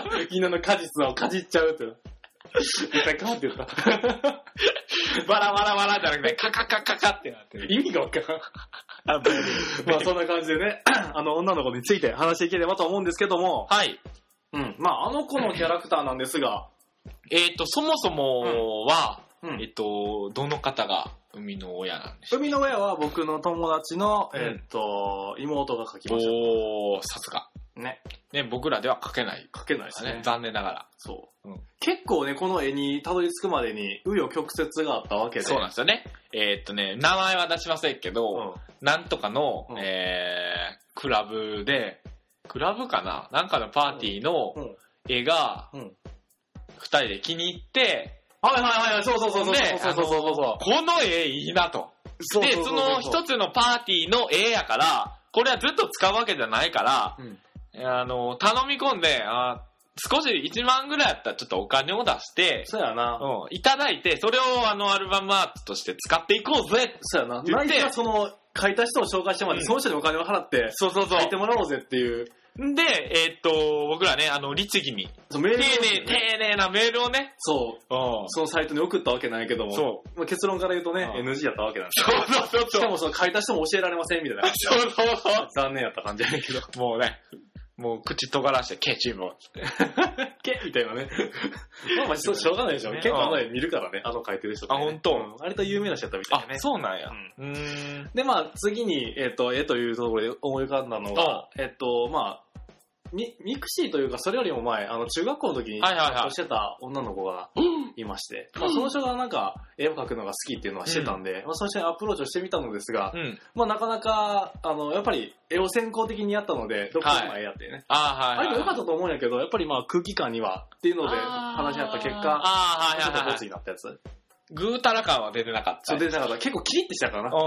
[SPEAKER 2] 今。みんなの果実をかじっちゃうって。いっぱいかって言った。
[SPEAKER 1] バラバラバラじゃなくて、カカカカカってなってる。
[SPEAKER 2] 意味がわからん。まあそんな感じでね、 あの女の子について話していければと思うんですけども、
[SPEAKER 1] はい。
[SPEAKER 2] うん。まああの子のキャラクターなんですが、
[SPEAKER 1] えっと、そもそもは、
[SPEAKER 2] う
[SPEAKER 1] え
[SPEAKER 2] ん。
[SPEAKER 1] っと、どの方が生みの親なんでしょう
[SPEAKER 2] 海の親は僕の友達の、
[SPEAKER 1] うん
[SPEAKER 2] えっ、と、妹が書きまし
[SPEAKER 1] おー、さすが。
[SPEAKER 2] た。ね。
[SPEAKER 1] ね、僕らでは書けない
[SPEAKER 2] 書けないで
[SPEAKER 1] ですすね
[SPEAKER 2] ね。。
[SPEAKER 1] 残念ながら。
[SPEAKER 2] そう、
[SPEAKER 1] うん
[SPEAKER 2] 結構ね、この絵にたどり着くまでに、紆余曲折があったわけで。
[SPEAKER 1] そうなんですよね。えーっとね、名前は出しませんけど、
[SPEAKER 2] うん
[SPEAKER 1] なんとかの、
[SPEAKER 2] うん
[SPEAKER 1] えー、クラブで、クラブかななんかのパーティーの
[SPEAKER 2] うん
[SPEAKER 1] 絵が、
[SPEAKER 2] う
[SPEAKER 1] 二、
[SPEAKER 2] ん
[SPEAKER 1] 人で気に入って、
[SPEAKER 2] はいはいはい、そうそうそうそう。
[SPEAKER 1] ね
[SPEAKER 2] そうそうそうそうそ
[SPEAKER 1] この絵いいなと。
[SPEAKER 2] う。
[SPEAKER 1] で、その一つのパーティーの絵やから、これはずっと使うわけじゃないから、
[SPEAKER 2] うん
[SPEAKER 1] あの、頼み込んで、あ少し1万ぐらいやったらちょっとお金を出して、
[SPEAKER 2] そうやな。
[SPEAKER 1] うん、いただいて、それをあのアルバムアートとして使っていこうぜ
[SPEAKER 2] そうやな。
[SPEAKER 1] 言っ
[SPEAKER 2] ナ
[SPEAKER 1] て
[SPEAKER 2] イがその、書いた人を紹介してもらっ
[SPEAKER 1] うん
[SPEAKER 2] て、その人にお金を払って、
[SPEAKER 1] そうそうそ
[SPEAKER 2] 書いてもらおうぜっていう。
[SPEAKER 1] う。で、えーっと、僕らね、あの、律儀に、
[SPEAKER 2] そう、メー
[SPEAKER 1] 丁
[SPEAKER 2] ル
[SPEAKER 1] 寧、
[SPEAKER 2] を
[SPEAKER 1] 丁寧なメールをね、
[SPEAKER 2] そう。
[SPEAKER 1] うん
[SPEAKER 2] そのサイトに送ったわけなんやけども。
[SPEAKER 1] そう。
[SPEAKER 2] まあ、結論から言うとね、
[SPEAKER 1] うん
[SPEAKER 2] NG やったわけなんです
[SPEAKER 1] そうそうそう
[SPEAKER 2] し
[SPEAKER 1] そ
[SPEAKER 2] か
[SPEAKER 1] う。
[SPEAKER 2] もその書いた人も教えられませんみたいな感じ。
[SPEAKER 1] そうそうそ
[SPEAKER 2] 残念やった感じやねんけど。
[SPEAKER 1] う。もうね、もう口尖らして、ケチも。
[SPEAKER 2] けみたいなね。まあまあ、そうしょうがないでしょ。
[SPEAKER 1] ね
[SPEAKER 2] 結構あの絵見るからね、あの書いてる人って
[SPEAKER 1] あ、
[SPEAKER 2] ね、
[SPEAKER 1] 本当。
[SPEAKER 2] うん割と有名な人やったみたい
[SPEAKER 1] あ
[SPEAKER 2] なね。、
[SPEAKER 1] そうなんや。
[SPEAKER 2] う
[SPEAKER 1] うーん。
[SPEAKER 2] で、まあ、次に、えっ、と、絵というところで思い浮かんだのが、えっ、と、まあ、ミミクシーというか、それよりも前、あの、中学校の時に、
[SPEAKER 1] はいはいはい
[SPEAKER 2] 活動してた女の子がいまして、まあ、その人がなんか、絵を描くのが好きっていうのはしてたんで、まあ、その人にアプローチをしてみたのですが、
[SPEAKER 1] うん。
[SPEAKER 2] まあ、なかなか、あの、やっぱり、絵を先行的にやったので、どこにも絵やってね。
[SPEAKER 1] あー
[SPEAKER 2] あ
[SPEAKER 1] はい
[SPEAKER 2] れ
[SPEAKER 1] は
[SPEAKER 2] も
[SPEAKER 1] い。
[SPEAKER 2] 良かったと思うんやけど、やっぱりまあ空気感にはっていうので
[SPEAKER 1] あー
[SPEAKER 2] 話し合った結果、
[SPEAKER 1] あー
[SPEAKER 2] ちょっ
[SPEAKER 1] はいはい
[SPEAKER 2] とボ
[SPEAKER 1] は
[SPEAKER 2] ツ
[SPEAKER 1] い。
[SPEAKER 2] になったやつ。
[SPEAKER 1] ぐうたら感は出てなかった。
[SPEAKER 2] そう出てなかった。結構キリッてしたからな。
[SPEAKER 1] おー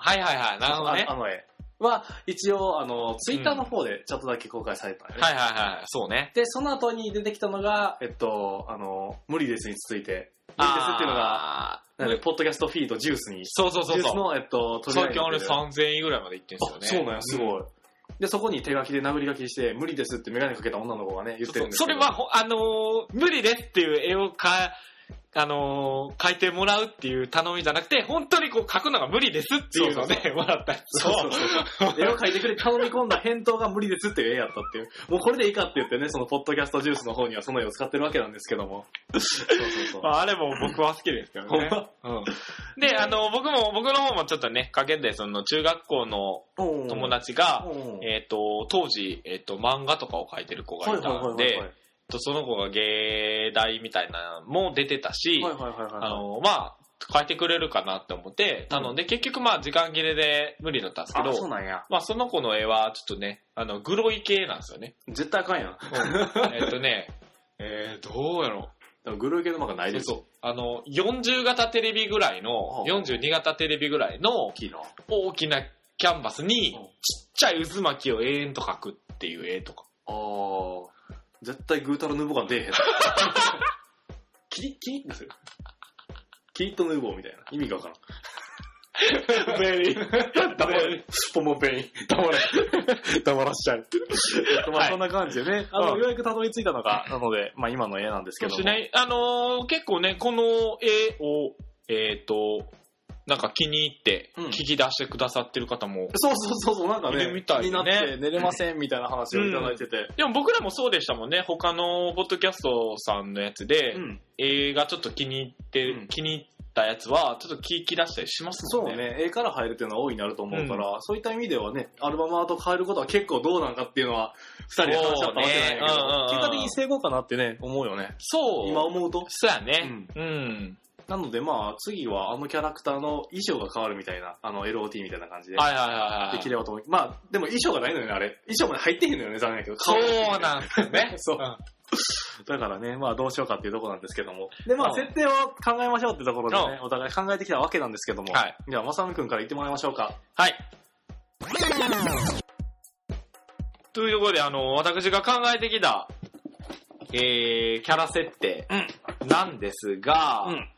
[SPEAKER 1] はいはいはい。なるほどね
[SPEAKER 2] あ。あの絵は、一応、あの、ツイッターの方でちょっとだけ公開されたね。
[SPEAKER 1] はいはいはい。そうね。
[SPEAKER 2] で、その後に出てきたのが、えっと、あの、無理ですに続いて、無理ですっていうのが、
[SPEAKER 1] あー
[SPEAKER 2] なんで、ポッドキャストフィードジュースに、
[SPEAKER 1] そうそうそう
[SPEAKER 2] ジュース
[SPEAKER 1] そう。
[SPEAKER 2] の、えっと、取
[SPEAKER 1] 最
[SPEAKER 2] り上げ
[SPEAKER 1] 近
[SPEAKER 2] ら
[SPEAKER 1] 俺
[SPEAKER 2] れてる
[SPEAKER 1] 3000円ぐらいまでいってんすよ
[SPEAKER 2] あ
[SPEAKER 1] ね。
[SPEAKER 2] そうなんや、す
[SPEAKER 1] うん
[SPEAKER 2] ごい。で、そこに手書きで殴り書きして、無理ですってメガネかけた女の子がね、言ってるんです
[SPEAKER 1] そ
[SPEAKER 2] け
[SPEAKER 1] れ
[SPEAKER 2] ど
[SPEAKER 1] は、ほあのー無理ですっていう絵をか、あのー描いてもらうっていう頼みじゃなくて、本当にこう描くのが無理ですっていうので、
[SPEAKER 2] そうそ
[SPEAKER 1] もらったやつ
[SPEAKER 2] そうそうそう。絵を描いてくれ、頼み込んだ返答が無理ですっていう絵やったっていう。もうこれでいいかって言ってね、そのポッドキャストジュースの方にはその絵を使ってるわけなんですけ ども。そうそうそう。
[SPEAKER 1] あれも僕は好きですけど
[SPEAKER 2] ほん
[SPEAKER 1] ね。
[SPEAKER 2] ま
[SPEAKER 1] うん、で、あの、僕も、僕の方もちょっとね、かけて、その、中学校の友達が、
[SPEAKER 2] うん
[SPEAKER 1] えっ、と、当時、えっ、と、漫画とかを描いてる子がいたんで、
[SPEAKER 2] はいはいはいはいはい
[SPEAKER 1] えっとその子が芸大みたいなのも出てたし、
[SPEAKER 2] はいはいはいはい。
[SPEAKER 1] あの、まあ、書いてくれるかなって思って、頼んで、結局まあ、時間切れで無理だったんですけ
[SPEAKER 2] あ、そう
[SPEAKER 1] ど、
[SPEAKER 2] なんや。
[SPEAKER 1] まあ、その子の絵は、ちょっとね、あの、グロい系なんです よね。
[SPEAKER 2] 絶対あかんやん。
[SPEAKER 1] えっとね、えー、どうやろう。
[SPEAKER 2] でもグルー系の漫画ないです。
[SPEAKER 1] そうそうあの、40型テレビぐらいの
[SPEAKER 2] う、ん
[SPEAKER 1] 42型テレビぐらいの
[SPEAKER 2] 大きいな。
[SPEAKER 1] 大きなキャンバスに、ち
[SPEAKER 2] うん
[SPEAKER 1] っちゃい渦巻きを永遠と描くっていう絵とか。
[SPEAKER 2] あー。絶対グータラヌーボー感出えへん。キリッキリッですよ。キリッとヌーボーみたいな。意味がわからん。
[SPEAKER 1] ベリー
[SPEAKER 2] 黙れ。ポンポンペイン。黙れ。黙らしちゃう。 ま
[SPEAKER 1] は
[SPEAKER 2] あ
[SPEAKER 1] い
[SPEAKER 2] そんな感じでね、あ
[SPEAKER 1] う
[SPEAKER 2] の、
[SPEAKER 1] ん
[SPEAKER 2] ようやくたどり着いたのが、なので、まあ今の絵なんですけ
[SPEAKER 1] そう
[SPEAKER 2] ど
[SPEAKER 1] で
[SPEAKER 2] も。
[SPEAKER 1] すね。あのー結構ね、この絵を、えっ、と、なんか気に入って
[SPEAKER 2] うん
[SPEAKER 1] 聞き出してくださってる方も、
[SPEAKER 2] そうそうそうそう、なんか
[SPEAKER 1] い
[SPEAKER 2] ね、
[SPEAKER 1] るみたい
[SPEAKER 2] 気にな
[SPEAKER 1] よ
[SPEAKER 2] っ
[SPEAKER 1] ね
[SPEAKER 2] て寝れませんみたいな話をいただいてて。
[SPEAKER 1] でも僕らもそうでしたもんね。他のポッドキャストさんのやつで、
[SPEAKER 2] うん。
[SPEAKER 1] 絵がちょっと気に入って、
[SPEAKER 2] うん
[SPEAKER 1] 気に入ったやつは、ちょっと聞き出したりします
[SPEAKER 2] そう
[SPEAKER 1] もんね。
[SPEAKER 2] ね、絵から入るっていうのは大いになると思うから、そういった意味ではね、アルバムアート変えることは結構どうなんかっていうのは、二人で話し合ったわけなんやけど、
[SPEAKER 1] そうねうんうんうん
[SPEAKER 2] 結果的に成功かなってね、思うよね。
[SPEAKER 1] そう。
[SPEAKER 2] 今思うと。
[SPEAKER 1] そうやね。うん。
[SPEAKER 2] なのでまあ、次はあのキャラクターの衣装が変わるみたいな、あの LOT みたいな感じで。
[SPEAKER 1] はいはいはいはい。
[SPEAKER 2] できればと思う。まあ、でも衣装がないのよね、あれ。衣装まで入ってへんのよね、残念だけど。顔。
[SPEAKER 1] そうなんですよね
[SPEAKER 2] そう
[SPEAKER 1] うん
[SPEAKER 2] だからね、まあどうしようかっていうところなんですけども。で、
[SPEAKER 1] う
[SPEAKER 2] まあ
[SPEAKER 1] ん
[SPEAKER 2] 設定を考えましょうってところでね、お互い考えてきたわけなんですけども。
[SPEAKER 1] はい。
[SPEAKER 2] じゃあ、まさみくんから言ってもらいましょうか。
[SPEAKER 1] はい。というところで、あの、私が考えてきた、えー、キャラ設定なんですが、
[SPEAKER 2] うん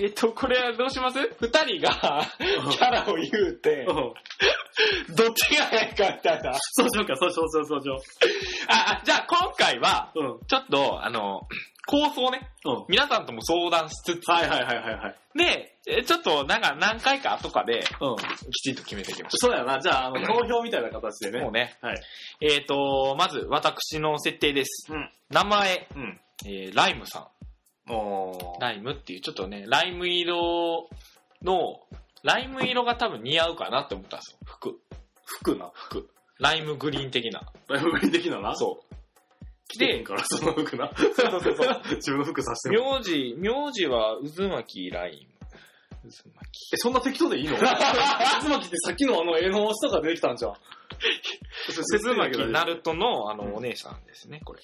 [SPEAKER 1] えっと、これはどうします二人がキャラを言うて、どっちが早いかみたいな。
[SPEAKER 2] そうしようか、そうしよう、そうしようそうしよ
[SPEAKER 1] あ、あじゃあ今回は、
[SPEAKER 2] う。うん。
[SPEAKER 1] ちょっと、あの、構想ね、
[SPEAKER 2] うん。
[SPEAKER 1] 皆さんとも相談しつつ、
[SPEAKER 2] はいはいはいはいはい。
[SPEAKER 1] で、えちょっと、なんか何回か後かで、
[SPEAKER 2] うん。
[SPEAKER 1] きちんと決めていきまし
[SPEAKER 2] そうやな、じゃあ、あの、投票みたいな形で
[SPEAKER 1] ょう。
[SPEAKER 2] ね。
[SPEAKER 1] もうね。
[SPEAKER 2] はい。
[SPEAKER 1] えっ、と、まず、私の設定です。
[SPEAKER 2] うん。
[SPEAKER 1] 名前、
[SPEAKER 2] うん。
[SPEAKER 1] えーライムさ
[SPEAKER 2] お
[SPEAKER 1] ん。
[SPEAKER 2] ー。
[SPEAKER 1] ライムっていう、ちょっとね、ライム色の、ライム色が多分似合うかなって思ったんですよ。服。
[SPEAKER 2] 服な。
[SPEAKER 1] 服。ライムグリーン的な。
[SPEAKER 2] だいぶ面的なな。
[SPEAKER 1] そう。
[SPEAKER 2] 着てへんから、その服な。
[SPEAKER 1] うそうそう
[SPEAKER 2] 自分の服させても。
[SPEAKER 1] 名字、名字は渦巻きライム。渦巻き。
[SPEAKER 2] え、そんな適当でいいの渦巻きってさっきのあの、絵の押しとか出てきたんじゃん。
[SPEAKER 1] 渦巻きナ
[SPEAKER 2] る。
[SPEAKER 1] ルトの、あの
[SPEAKER 2] う、ん
[SPEAKER 1] お姉さんですね、これ。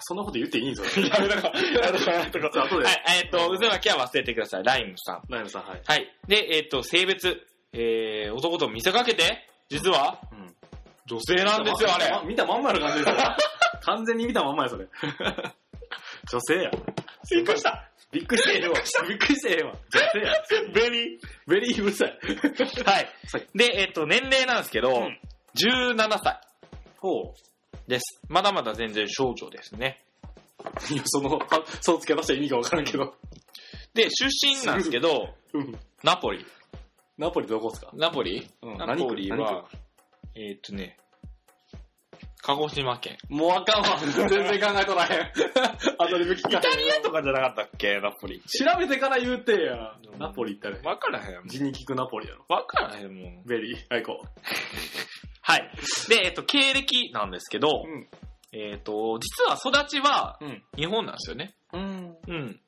[SPEAKER 2] そんなこと言っていいんぞ。
[SPEAKER 1] やめなか
[SPEAKER 2] じゃあ後で。
[SPEAKER 1] はい、えっ、と、渦巻きは忘れてください。ライムさん。
[SPEAKER 2] ライムさん、はい。
[SPEAKER 1] はい。で、えっ、と、性別、えー、男と見せかけて、実は、
[SPEAKER 2] うん。
[SPEAKER 1] 女性なんですよ、あれ。
[SPEAKER 2] ま見たまんまの感じですよ。完全に見たまんまや、それ。女性や。
[SPEAKER 1] びっくりした。
[SPEAKER 2] びっくりしてええわ。 びっくりしてええわ。女性や。
[SPEAKER 1] ベリ
[SPEAKER 2] ベリーうるさい。
[SPEAKER 1] ー。はい
[SPEAKER 2] さっ。
[SPEAKER 1] で、えっ、と、年齢なんですけど、
[SPEAKER 2] うん
[SPEAKER 1] 17歳
[SPEAKER 2] ほ
[SPEAKER 1] です。まだまだ全然少女ですね。
[SPEAKER 2] う。いや、その、はそう付け出した意味がわからんけど。
[SPEAKER 1] で、出身なんですけど、
[SPEAKER 2] うん。
[SPEAKER 1] ナポリ。
[SPEAKER 2] ナポリどこっすか
[SPEAKER 1] ナポリ、
[SPEAKER 2] うん
[SPEAKER 1] ナポリ
[SPEAKER 2] 何
[SPEAKER 1] は、えっ、とね、鹿児島県。
[SPEAKER 2] もうあかんわ。全然考えとらへん。 アドリブ聞かへん。
[SPEAKER 1] とかじゃなかったっけ、ナポリ。
[SPEAKER 2] 調べてから言うてや。ナポリ行ったね。
[SPEAKER 1] わからへん。
[SPEAKER 2] 字に聞くナポリやろ。
[SPEAKER 1] わからへんもん。
[SPEAKER 2] ベリー。はい、行こ
[SPEAKER 1] はい。で、えっ、と、経歴なんですけど、
[SPEAKER 2] う。うん。
[SPEAKER 1] えっ、と、実は育ちは
[SPEAKER 2] うん
[SPEAKER 1] 日本なんですよね。
[SPEAKER 2] うん。
[SPEAKER 1] うん。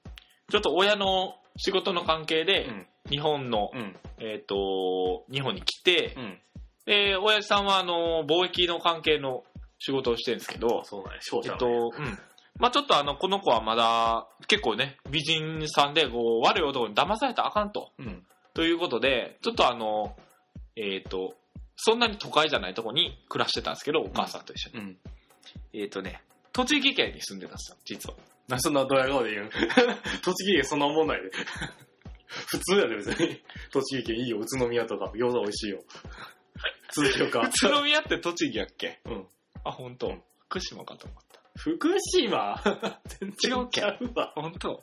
[SPEAKER 1] ちょっと親の仕事の関係で、
[SPEAKER 2] うん
[SPEAKER 1] 日本の、
[SPEAKER 2] うん。
[SPEAKER 1] えっ、と、日本に来て
[SPEAKER 2] う、ん。
[SPEAKER 1] で、親父さんは、あの、貿易の関係の仕事をしてるんですけど、
[SPEAKER 2] そうだね、翔
[SPEAKER 1] え
[SPEAKER 2] ち
[SPEAKER 1] っ、
[SPEAKER 2] ゃん。
[SPEAKER 1] と、うん。まあちょっとあの、この子はまだ、結構ね、美人さんで、こう、悪い男に騙されたらあかんと。
[SPEAKER 2] うん。
[SPEAKER 1] ということで、ちょっとあの、えっ、と、そんなに都会じゃないとこに暮らしてたんですけど、お母さんと一緒に。
[SPEAKER 2] うん。
[SPEAKER 1] えっ、とね、栃木県に住んでたんですよ、実は。
[SPEAKER 2] な、そんなドヤ顔で言うん 栃木県そんな思んないで。 普通やで、別に。栃木県いいよ、宇都宮とか、餃子美味しいよ。続きようか
[SPEAKER 1] 宇。都宮って栃木やっけ
[SPEAKER 2] うん。
[SPEAKER 1] あ、本当、
[SPEAKER 2] うん
[SPEAKER 1] 福島かと思った。
[SPEAKER 2] 福島全然違うわ。
[SPEAKER 1] 本当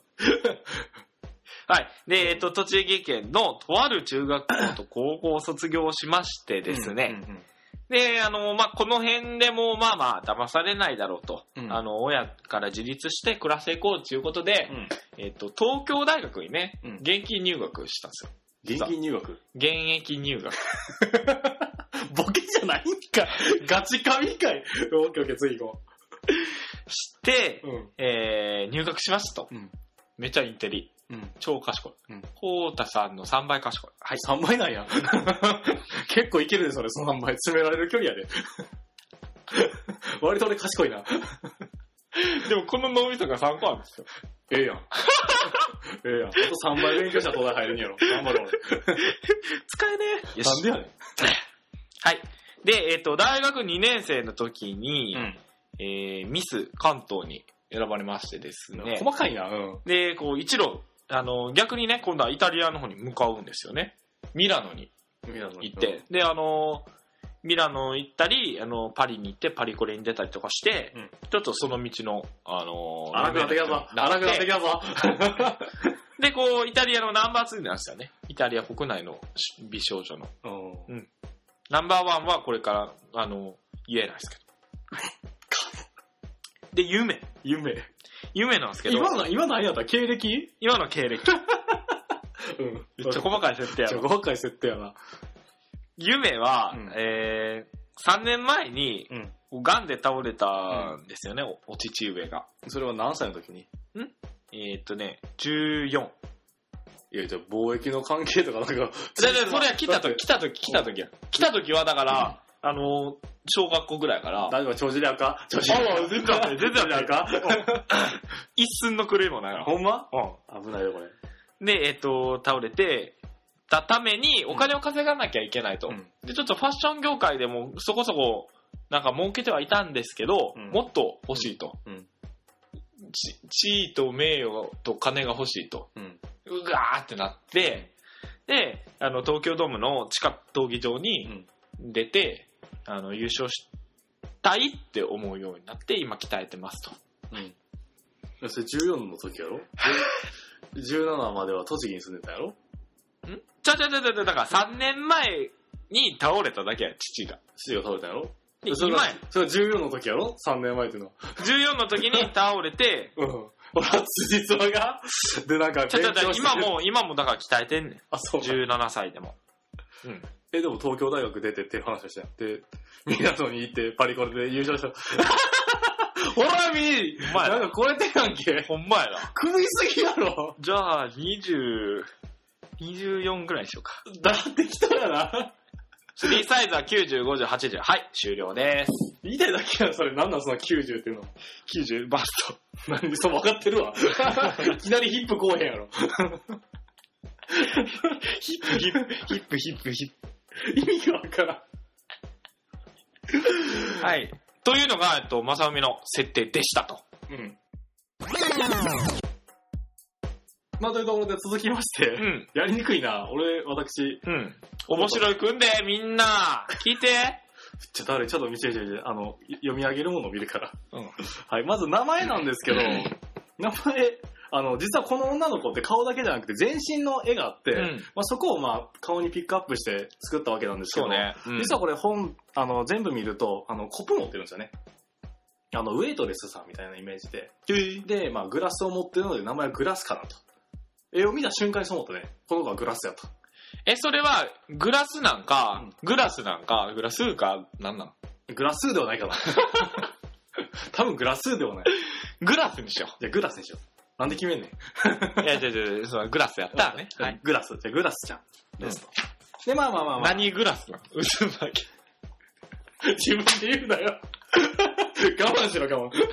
[SPEAKER 1] はい。で、えっと、栃木県のとある中学校と高校を卒業しましてですね。
[SPEAKER 2] うん。うん
[SPEAKER 1] で、あの、まあ、この辺でも、まあまあ、騙されないだろうと、
[SPEAKER 2] うん
[SPEAKER 1] あの、親から自立して暮らしていこうということで、
[SPEAKER 2] うん。
[SPEAKER 1] えっと、東京大学にね、
[SPEAKER 2] うん
[SPEAKER 1] 現金入学したんですよ。
[SPEAKER 2] 現金入学
[SPEAKER 1] 現役入学。
[SPEAKER 2] ボケじゃない んか。ガチ神かい。オッケーオッケー、次行こ
[SPEAKER 1] して
[SPEAKER 2] う。、うん。
[SPEAKER 1] えー、入学しましたと。
[SPEAKER 2] うん
[SPEAKER 1] めっちゃインテリ。
[SPEAKER 2] うん。
[SPEAKER 1] 超賢い。
[SPEAKER 2] うん
[SPEAKER 1] こうたさんの3倍賢い。
[SPEAKER 2] はい。3倍なんや。 結構いけるで、それ、その3倍。詰められる距離やで。 割と俺賢いな。
[SPEAKER 1] でもこの脳みそが3個あるんですよ。
[SPEAKER 2] ええやん。え えやん。あと3倍勉強したら東大入るんやろ。頑張ろう
[SPEAKER 1] 使えねえ。
[SPEAKER 2] 俺。なんでやね
[SPEAKER 1] はい。で、えっ、と、大学2年生の時に、
[SPEAKER 2] ん。
[SPEAKER 1] えーミス関東に選ばれましてですね。
[SPEAKER 2] 細かいな。うん。
[SPEAKER 1] で、こう、一路、あの、逆にね、今度はイタリアの方に向かうんですよね。ミラノに行って。で、あの、ミラノ行ったり、あの、パリに行って、パリコレに出たりとかして、
[SPEAKER 2] うん
[SPEAKER 1] ちょっとその道の、あの、
[SPEAKER 2] 荒くなってきたぞ。荒くなってきたぞ。
[SPEAKER 1] で、こう、イタリアのナンバー2になんですよね。イタリア国内の美少女の。
[SPEAKER 2] うん。
[SPEAKER 1] ナンバーワンはこれから、あの、言えないですけど。で、夢。
[SPEAKER 2] 夢。
[SPEAKER 1] 夢なんですけど、
[SPEAKER 2] 今
[SPEAKER 1] 今の
[SPEAKER 2] の、今何やった経歴
[SPEAKER 1] 経歴。
[SPEAKER 2] うん。
[SPEAKER 1] めっちゃ細かい設定や
[SPEAKER 2] ちょ
[SPEAKER 1] ろ。
[SPEAKER 2] 細かい設定やな。
[SPEAKER 1] 夢は、
[SPEAKER 2] うん
[SPEAKER 1] えー、3年前に、
[SPEAKER 2] うん。
[SPEAKER 1] 癌で倒れたんですよね、おお父上が。
[SPEAKER 2] それは何歳の時に
[SPEAKER 1] えーっとね、14。
[SPEAKER 2] いや、じゃあ貿易の関係とかなん か。
[SPEAKER 1] だってそれは来た時、来た時、来た時や。来た時はだから、あの、小学校ぐらいから、
[SPEAKER 2] 大丈夫、帳尻赤帳尻
[SPEAKER 1] あ出てたね出てたね
[SPEAKER 2] 帳尻赤
[SPEAKER 1] 一寸の狂いもないの
[SPEAKER 2] ほんま
[SPEAKER 1] うん。
[SPEAKER 2] 危ないよ、これ。
[SPEAKER 1] で、えっと、倒れて、たためにお金を稼がなきゃいけないと、
[SPEAKER 2] うん
[SPEAKER 1] で、ちょっとファッション業界でもそこそこ、なんか儲けてはいたんですけど、
[SPEAKER 2] うん
[SPEAKER 1] もっと欲しいと、
[SPEAKER 2] うん
[SPEAKER 1] ち地位と名誉と金が欲しいと。
[SPEAKER 2] うん。
[SPEAKER 1] うわーってなって、で、あの、東京ドームの地下闘技場に出て、あの、優勝したいって思うようになって、今鍛えてますと。
[SPEAKER 2] うん。それ14の時やろ ?17 までは栃木に住んでたやろ
[SPEAKER 1] んちゃちゃちゃちゃちゃ、だから3年前に倒れただけや、父が。
[SPEAKER 2] 父が食べたやろ
[SPEAKER 1] で
[SPEAKER 2] それが
[SPEAKER 1] 今や、
[SPEAKER 2] それが14の時やろ ?3 年前っていうのは。、
[SPEAKER 1] 14の時に倒れて
[SPEAKER 2] うん。俺は辻褄が、 で、なんか
[SPEAKER 1] ちゃちゃちゃ、
[SPEAKER 2] る
[SPEAKER 1] 今もう、今もだから鍛えてんねん。
[SPEAKER 2] あ、そうか。
[SPEAKER 1] 17歳でも。
[SPEAKER 2] え、でも東京大学出てっていう話をしてやって、港に行ってパリコレで優勝した。 ほらみー
[SPEAKER 1] お前
[SPEAKER 2] なんか超えてやん け。
[SPEAKER 1] ほんまやな。
[SPEAKER 2] 食いすぎやろ。
[SPEAKER 1] じゃあ、20、24ぐらいにしようか。
[SPEAKER 2] だってきたらな。
[SPEAKER 1] 3サイズは90、50、80。はい、終了です。
[SPEAKER 2] 言いたいだけやん、それ。なんなんその90っていうの。
[SPEAKER 1] 90、バスト。
[SPEAKER 2] 何、そう分かっ てるわ。いきなりヒップこうへんやろ。
[SPEAKER 1] ヒップヒップ、ヒップヒップヒッ
[SPEAKER 2] 意味がわからん。
[SPEAKER 1] プ。はい。というのが、えっと、まさみの設定でしたと。
[SPEAKER 2] うん。まあ、というところで続きまして、
[SPEAKER 1] うん。
[SPEAKER 2] やりにくいな。俺、私、めっ
[SPEAKER 1] うん。面白いくんで、みんな聞いて
[SPEAKER 2] ちゃ誰、ちょっと見せて見せてあの、い読み上げるものを見るから。
[SPEAKER 1] うん
[SPEAKER 2] はい、まず名前なんですけど、名前、あの、実はこの女の子って顔だけじゃなくて全身の絵があって、
[SPEAKER 1] うん。
[SPEAKER 2] まあ、そこをまあ、顔にピックアップして作ったわけなんですけ
[SPEAKER 1] そ
[SPEAKER 2] ど、
[SPEAKER 1] うね。うん
[SPEAKER 2] 実はこれ本、あの、全部見ると、あの、コップ持ってるんですよね。あの、ウェイトレスさんみたいなイメージで。で、まあ、グラスを持ってるので、名前はグラスかなと。絵を見た瞬間にそう思ったね。この子はグラスやと。
[SPEAKER 1] え、それは、グラスなんか
[SPEAKER 2] うん、
[SPEAKER 1] グラスなんか、グラスか、なんなの
[SPEAKER 2] グラスではないか な。多分グラスではない。
[SPEAKER 1] グラスにしよ
[SPEAKER 2] じゃあ、グラスにしよう。なんで決めんねん。
[SPEAKER 1] う。いや、違う違う違う、そのグラスやったらね。はい。
[SPEAKER 2] グラス。じゃあ、グラスちゃん。ですと。で、まあまあまあまあ。
[SPEAKER 1] 何グラスなの渦巻き。
[SPEAKER 2] 自分で言うなよ。 我慢しろ、我慢。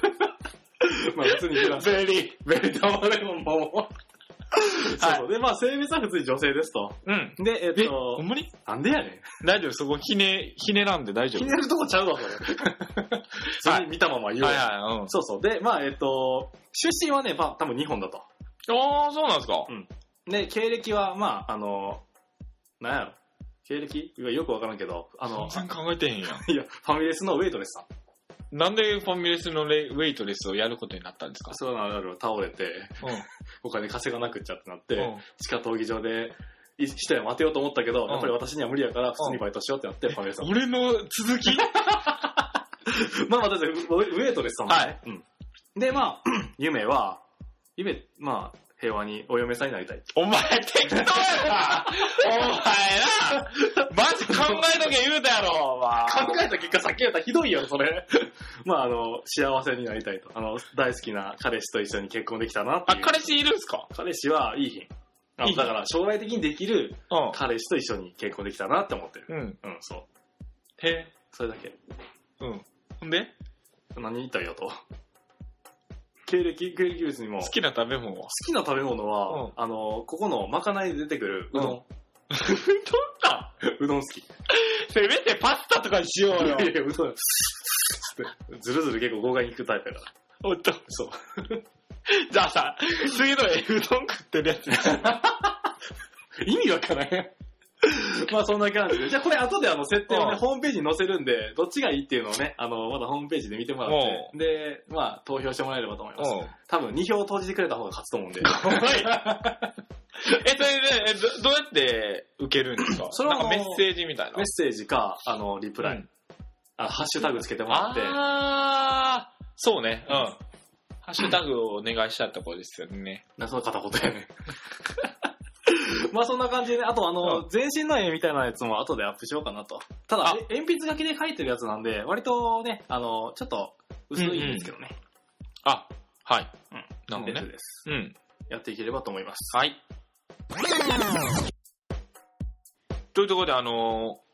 [SPEAKER 2] まあ、普通にグラス。
[SPEAKER 1] ベリ
[SPEAKER 2] ベルタマレモンも。 そうそう。で、まあ、性別は普通に女性ですと。
[SPEAKER 1] ー。うん。
[SPEAKER 2] で、えっ
[SPEAKER 1] え、ほ
[SPEAKER 2] と
[SPEAKER 1] ん、まに
[SPEAKER 2] なんでやねん。
[SPEAKER 1] 大丈夫そこひね、ひねらんで大丈
[SPEAKER 2] 気
[SPEAKER 1] 夫
[SPEAKER 2] になるとこち ゃうわ、それ。普通に見たまま言うわ。
[SPEAKER 1] はいはい、うん。
[SPEAKER 2] そうそう。で、まあ、えっと、出身はね、まあ、多分日本だと。
[SPEAKER 1] ああ、そうなんですか。
[SPEAKER 2] で、経歴は、まあ、あの、なんやろ。経歴いやよくわからんけど、あ の、
[SPEAKER 1] 全然考えてへんやん。
[SPEAKER 2] いや、ファミレスのウェイトレスさん。
[SPEAKER 1] なんでファミレスのレイウェイトレスをやることになったんですか
[SPEAKER 2] そうなる倒れて、
[SPEAKER 1] う
[SPEAKER 2] お金稼がなくっちゃってなって、
[SPEAKER 1] ん。うん
[SPEAKER 2] 地下闘技場で、い一山当てようと思ったけど、
[SPEAKER 1] ん
[SPEAKER 2] やっぱり私には無理やから、普通にバイトしようってなって、ファミレスさん。
[SPEAKER 1] 俺の続き
[SPEAKER 2] まあ、私、ウェウェイトレスさんもね。うん。で、 まあ、夢は、夢、まあ、平和にお嫁さんになりたい。
[SPEAKER 1] お前適当やなお前なマジ考えとけ言うたやろ、お前
[SPEAKER 2] 考えた結果、さっき言ったらひどいよ、それ。 まあ、あの、幸せになりたいと。あの、大好きな彼氏と一緒に結婚できたなって
[SPEAKER 1] あ
[SPEAKER 2] い、う。
[SPEAKER 1] 彼氏いるんすか
[SPEAKER 2] 彼氏はいい品。あ
[SPEAKER 1] いい
[SPEAKER 2] の
[SPEAKER 1] 品
[SPEAKER 2] だから、将来的にできる
[SPEAKER 1] う
[SPEAKER 2] 彼氏と一緒に結婚できたなって思ってる。
[SPEAKER 1] ん。うん。
[SPEAKER 2] うん、そう。
[SPEAKER 1] へ
[SPEAKER 2] それだけ。
[SPEAKER 1] うん。ほんで
[SPEAKER 2] 何言ったんよと。経歴、経歴別にも。
[SPEAKER 1] 好
[SPEAKER 2] 好
[SPEAKER 1] きな食べ物は
[SPEAKER 2] きな食べ物は、
[SPEAKER 1] うん
[SPEAKER 2] あの、ここのまかないで出てくるうどん。
[SPEAKER 1] うどんか
[SPEAKER 2] うどん好き。
[SPEAKER 1] せめてパスタとかにしようよ
[SPEAKER 2] い。やいや、うどんや。ずるずる結構豪快に行くタイプやから。
[SPEAKER 1] ほんと。
[SPEAKER 2] そう。
[SPEAKER 1] じゃあさ、次の絵うどん食ってるやつ。
[SPEAKER 2] 意味わからん。 まあそんな感じで。じゃあこれ後であの設定を
[SPEAKER 1] う
[SPEAKER 2] ね、
[SPEAKER 1] ん
[SPEAKER 2] ホームページに載せるんで、どっちがいいっていうのをね、あの、まだホームページで見てもらって、で、まあ投票してもらえればと思います。
[SPEAKER 1] ん。
[SPEAKER 2] 多分2票投じてくれた方が勝つと思うんで。
[SPEAKER 1] おい え、それで、えどどうやって受けるんですか
[SPEAKER 2] それは
[SPEAKER 1] なんかメ
[SPEAKER 2] あの
[SPEAKER 1] ッセージみたいな。
[SPEAKER 2] メッセージか、あの、リプライ、
[SPEAKER 1] うん
[SPEAKER 2] あ、ハッシュタグつけてもらって、
[SPEAKER 1] あー、そうね。うん。ハッシュタグをお願いしたところですよね。
[SPEAKER 2] 謎の片言やね。 まあそんな感じで、あとあの、
[SPEAKER 1] う
[SPEAKER 2] 全身の絵みたいなやつも後でアップしようかなと。た
[SPEAKER 1] あ
[SPEAKER 2] だ、え鉛筆書きで描いてるやつなんで、割とね、あの、ちょっと薄いんですけどね。
[SPEAKER 1] あ、はい。
[SPEAKER 2] うん
[SPEAKER 1] なんで
[SPEAKER 2] 大丈
[SPEAKER 1] ね
[SPEAKER 2] 夫。です。
[SPEAKER 1] うん。
[SPEAKER 2] やっていければと思います。
[SPEAKER 1] はい。というところで、あのー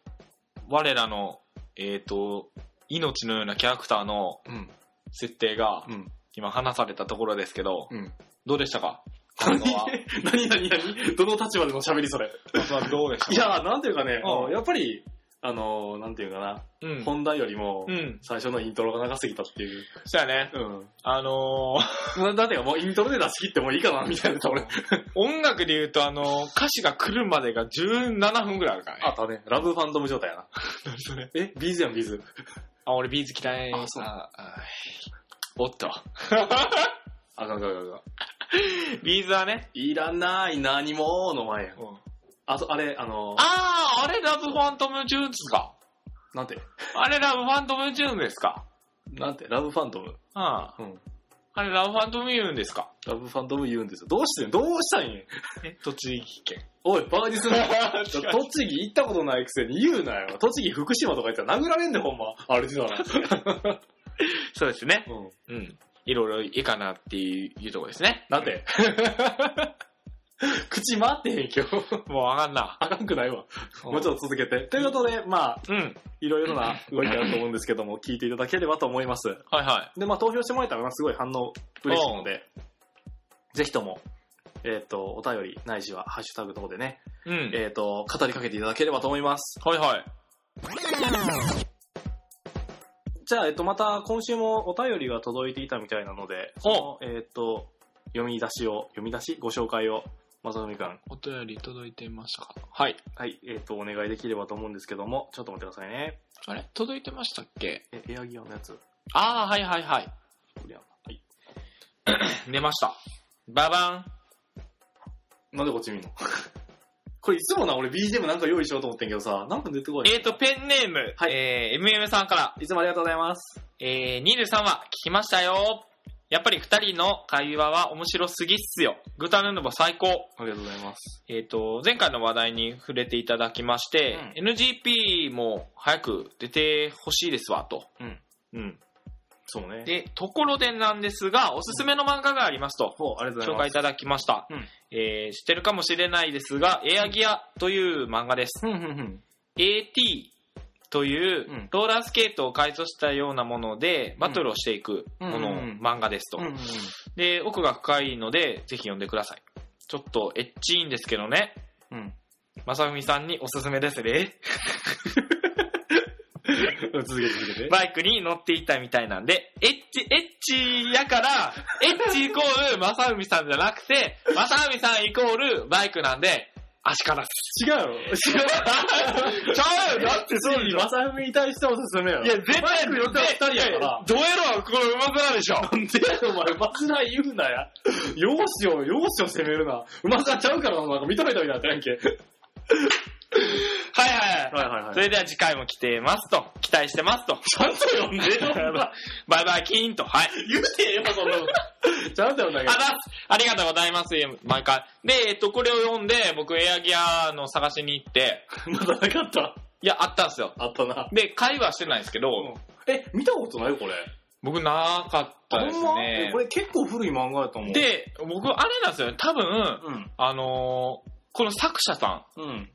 [SPEAKER 1] 我らの、えっ、と、命のようなキャラクターの
[SPEAKER 2] うん。
[SPEAKER 1] 設定が、
[SPEAKER 2] うん。
[SPEAKER 1] 今話されたところですけど、
[SPEAKER 2] うん。
[SPEAKER 1] どうでしたか
[SPEAKER 2] 何
[SPEAKER 1] 今度は
[SPEAKER 2] 何何何どの立場での喋りそれ。
[SPEAKER 1] どうでした
[SPEAKER 2] いやー、なんていうかね、
[SPEAKER 1] うん
[SPEAKER 2] あのやっぱり、あのー、なんていうかな、
[SPEAKER 1] うん。
[SPEAKER 2] 本題よりも
[SPEAKER 1] う、ん。
[SPEAKER 2] 最初のイントロが長すぎたっていう。
[SPEAKER 1] そうやね。
[SPEAKER 2] うん。
[SPEAKER 1] あのー
[SPEAKER 2] なだってもうイントロで出し切ってもういいかな、みたいな。俺、
[SPEAKER 1] 音楽で言うと、あの、歌詞が来るまでが17分ぐらいあるからね。
[SPEAKER 2] あ、だね。ラブファンドム状態やな。
[SPEAKER 1] 何それ。
[SPEAKER 2] え、ビーズやん、ビーズ。
[SPEAKER 1] あ、俺ビーズ嫌い。
[SPEAKER 2] あそう
[SPEAKER 1] ああおっと。
[SPEAKER 2] あかんあかんあかんあかん。
[SPEAKER 1] ビーズはね。
[SPEAKER 2] いらない、何もの前やん。あと、あれ、あのー、
[SPEAKER 1] あー、あれラブファントムジューンズか。
[SPEAKER 2] なんて、
[SPEAKER 1] あれラブファントムジューンですか。
[SPEAKER 2] なんて、ラブファンドム。
[SPEAKER 1] うん。あ
[SPEAKER 2] うん。
[SPEAKER 1] れラブファントムユーンですか。
[SPEAKER 2] ラブファンドム言うんですよ。どうしてんどうしたんや
[SPEAKER 1] え、栃木県。
[SPEAKER 2] おい、バカにすんな。
[SPEAKER 1] 違う
[SPEAKER 2] 栃木行ったことないくせに言うなよ。栃木、福島とか言ったら殴られんで、ほんま。あれでなら。
[SPEAKER 1] そうですね。
[SPEAKER 2] うん。
[SPEAKER 1] うん。いろいろいいかなっていうとこですね。
[SPEAKER 2] なんで口回ってへん、今日。
[SPEAKER 1] もうわかんな。
[SPEAKER 2] あかんくないわ。もうち
[SPEAKER 1] ろ
[SPEAKER 2] ょっと続けて。ということで、まあ、
[SPEAKER 1] ん。うん。
[SPEAKER 2] いろいろな動きあると思うんですけども、聞いていただければと思います。
[SPEAKER 1] はいは
[SPEAKER 2] で、まあ、投票してもらえたらな、すごい反応嬉しいので、ぜひとも、えっ、と、お便り、ないしは、ハッシュタグの方でね、
[SPEAKER 1] い。うん。
[SPEAKER 2] えっ、と、語りかけていただければと思います。
[SPEAKER 1] はいはい。
[SPEAKER 2] じゃあ、えっと、また今週もお便りが届いていたみたいなので、
[SPEAKER 1] お
[SPEAKER 2] そのえっと、読み出しを、読み出しご紹介を、まさのみくん。
[SPEAKER 1] お便り届いてましたかはい。
[SPEAKER 2] はい、えっと、お願いできればと思うんですけども、ちょっと待ってくださいね。
[SPEAKER 1] あれ届いてましたっけ
[SPEAKER 2] え、エアギアのやつ、こ
[SPEAKER 1] ああ、はいはいはい。
[SPEAKER 2] れやんな。はい。
[SPEAKER 1] 出ました。ババン。
[SPEAKER 2] なんでこっち見んの これいつもな、俺 BGM なんか用意しようと思ってんけどさ、なんか出てこい。
[SPEAKER 1] えっ、と、ペンネーム、
[SPEAKER 2] はい
[SPEAKER 1] えー、MM さんから、
[SPEAKER 2] いつもありがとうございます。
[SPEAKER 1] えー、ニルさんは聞きましたよ。やっぱり二人の会話は面白すぎっすよ。グタヌヌボ最高。
[SPEAKER 2] ありがとうございます。
[SPEAKER 1] えっ、と、前回の話題に触れていただきまして、NGP も早く出てほしいですわ、と。
[SPEAKER 2] うん。
[SPEAKER 1] うん。
[SPEAKER 2] そうね。
[SPEAKER 1] で、ところでなんですが、おすすめの漫画がありますと。
[SPEAKER 2] ほう、ありがと
[SPEAKER 1] 紹
[SPEAKER 2] うござ
[SPEAKER 1] 介
[SPEAKER 2] い
[SPEAKER 1] いただきました、
[SPEAKER 2] うん
[SPEAKER 1] えー知ってるかもしれないですが「エアギア」という漫画です、
[SPEAKER 2] ます。うん、うん、うん。
[SPEAKER 1] AT という
[SPEAKER 2] うん
[SPEAKER 1] ローラースケートを改造したようなものでバトルをしていくもの、
[SPEAKER 2] うんうん
[SPEAKER 1] 漫画ですと、
[SPEAKER 2] うんうんうん
[SPEAKER 1] で奥が深いのでぜひ読んでくださいちょっとエッチいんですけどねまさふみさんにおすすめですね
[SPEAKER 2] うん。続けて続けて。
[SPEAKER 1] バイクに乗っていたみたいなんでエッチエッチやからエッチイコールま さふみさんじゃなくてまさふみさんイコールバイクなんで足から す
[SPEAKER 2] 違うよ。違う。
[SPEAKER 1] ちゃうよだってそうでしょ
[SPEAKER 2] マサフに対しておすすめやろ。
[SPEAKER 1] いや、絶対、
[SPEAKER 2] バイク乗っては二人やから。
[SPEAKER 1] ドエロはこれ上手くなるでしょ。
[SPEAKER 2] なんでやろ、お前、うまくない言うなや。容姿を、容姿を責めるな。うまくなっちゃうからな、なんか認めたみたいになってやんけ。
[SPEAKER 1] はいはいはい。
[SPEAKER 2] いはい
[SPEAKER 1] それでは次回も来てますと。期待してますと。
[SPEAKER 2] ちゃんと読んでよ。
[SPEAKER 1] バイバイキーンと。はい。
[SPEAKER 2] 言うてええわ、そんなの。ちゃんと読んだ
[SPEAKER 1] あ
[SPEAKER 2] け
[SPEAKER 1] だありがとうございます、毎回。で、えっと、これを読んで、僕、エアギアの探しに行って、
[SPEAKER 2] ど。まだなかった。
[SPEAKER 1] いや、あったんですよ。
[SPEAKER 2] あったな。
[SPEAKER 1] で、会話してないんですけど、
[SPEAKER 2] え、見たことないこれ。
[SPEAKER 1] 僕、なかったですね
[SPEAKER 2] こ。れ結構古い漫画やと思う。、
[SPEAKER 1] で、僕、あれなんですよね。多分、
[SPEAKER 2] うん。
[SPEAKER 1] あのーこの作者さ
[SPEAKER 2] うん。
[SPEAKER 1] ん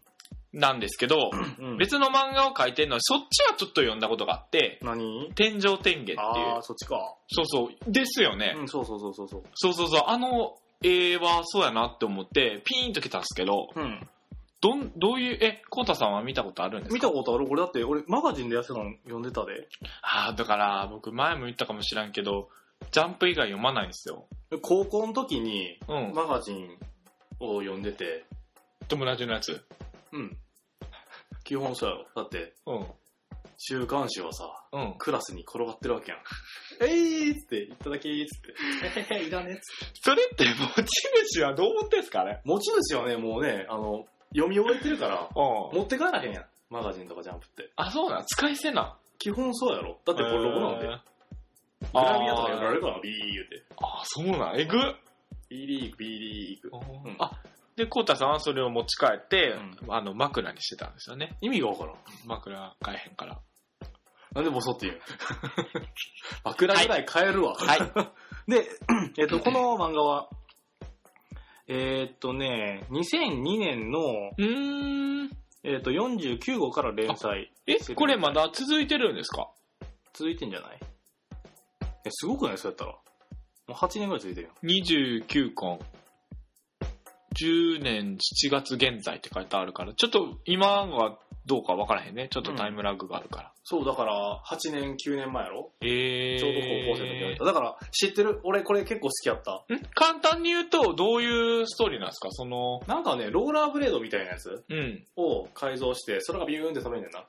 [SPEAKER 1] なんですけど、
[SPEAKER 2] うん、
[SPEAKER 1] 別の漫画を書いてるのに、そっちはちょっと読んだことがあって、
[SPEAKER 2] 何
[SPEAKER 1] 天上天下っていう。
[SPEAKER 2] ああ、そっちか。
[SPEAKER 1] そうそう。ですよね。
[SPEAKER 2] うん、そうそうそうそうそう。
[SPEAKER 1] そうそうそう。あの絵はそうやなって思って、ピーンときたんですけど、
[SPEAKER 2] うん。
[SPEAKER 1] どん、どういう、え、コウタさんは見たことあるんです
[SPEAKER 2] 見
[SPEAKER 1] か
[SPEAKER 2] たことある俺だって、俺、マガジンでやってたの読んでたで。
[SPEAKER 1] ああ、だから僕前も言ったかもしらんけど、ジャンプ以外読まないんですよ。
[SPEAKER 2] 高校の時に、
[SPEAKER 1] うん。
[SPEAKER 2] マガジンを読んでて、
[SPEAKER 1] 友達のやつ。
[SPEAKER 2] うん。基本そうやろ。だって、
[SPEAKER 1] うん。
[SPEAKER 2] 週刊誌はさ、
[SPEAKER 1] うん。
[SPEAKER 2] クラスに転がってるわけやん。 えいーっつって、いただきーっつって。 えへへ、いらねっつって。
[SPEAKER 1] それって持ち主はどう思ってんすかね
[SPEAKER 2] 持ち主はね、もうね、あの、読み終えてるから、
[SPEAKER 1] うん。
[SPEAKER 2] 持って帰らへんやん。マガジンとかジャンプって。
[SPEAKER 1] あ、そうなん使い捨てな。
[SPEAKER 2] 基本そうやろ。だってこれロゴなんで。
[SPEAKER 1] へ
[SPEAKER 2] グ
[SPEAKER 1] ー
[SPEAKER 2] ラビアとかやられるから、ビー言うて。
[SPEAKER 1] あー、そうなんえぐっ
[SPEAKER 2] B リーグ、B リーグ。ん
[SPEAKER 1] あ、で、コウタさんはそれを持ち帰って、
[SPEAKER 2] う
[SPEAKER 1] あの、枕にしてたんですよね。
[SPEAKER 2] 意味がわからん。
[SPEAKER 1] 枕買えへんから。
[SPEAKER 2] なんでボソって言うの 枕ぐらい変えるわ。
[SPEAKER 1] はい。
[SPEAKER 2] で、えっと、この漫画は、えーっとね、2002年の、
[SPEAKER 1] うーん。
[SPEAKER 2] えーっと49号から連載
[SPEAKER 1] え、これまだ続いてるんですか
[SPEAKER 2] 続いてんじゃないえ、すごくないそうやったら。もう8年ぐらい続いてるよ。
[SPEAKER 1] ?29 巻。10年7月現在って書いてあるから、ちょっと今はどうかわからへんね。ちょっとタイムラグがあるから。
[SPEAKER 2] そう、だから、8年、9年前やろ
[SPEAKER 1] えー。
[SPEAKER 2] ちょうど高校生の時にやった。だから、知ってる俺、これ結構好きやった。
[SPEAKER 1] ん簡単に言うと、どういうストーリーなんですかその、
[SPEAKER 2] なんかね、ローラーブレードみたいなやつ
[SPEAKER 1] うん。
[SPEAKER 2] を改造して、それがビューンって飛べんねんな。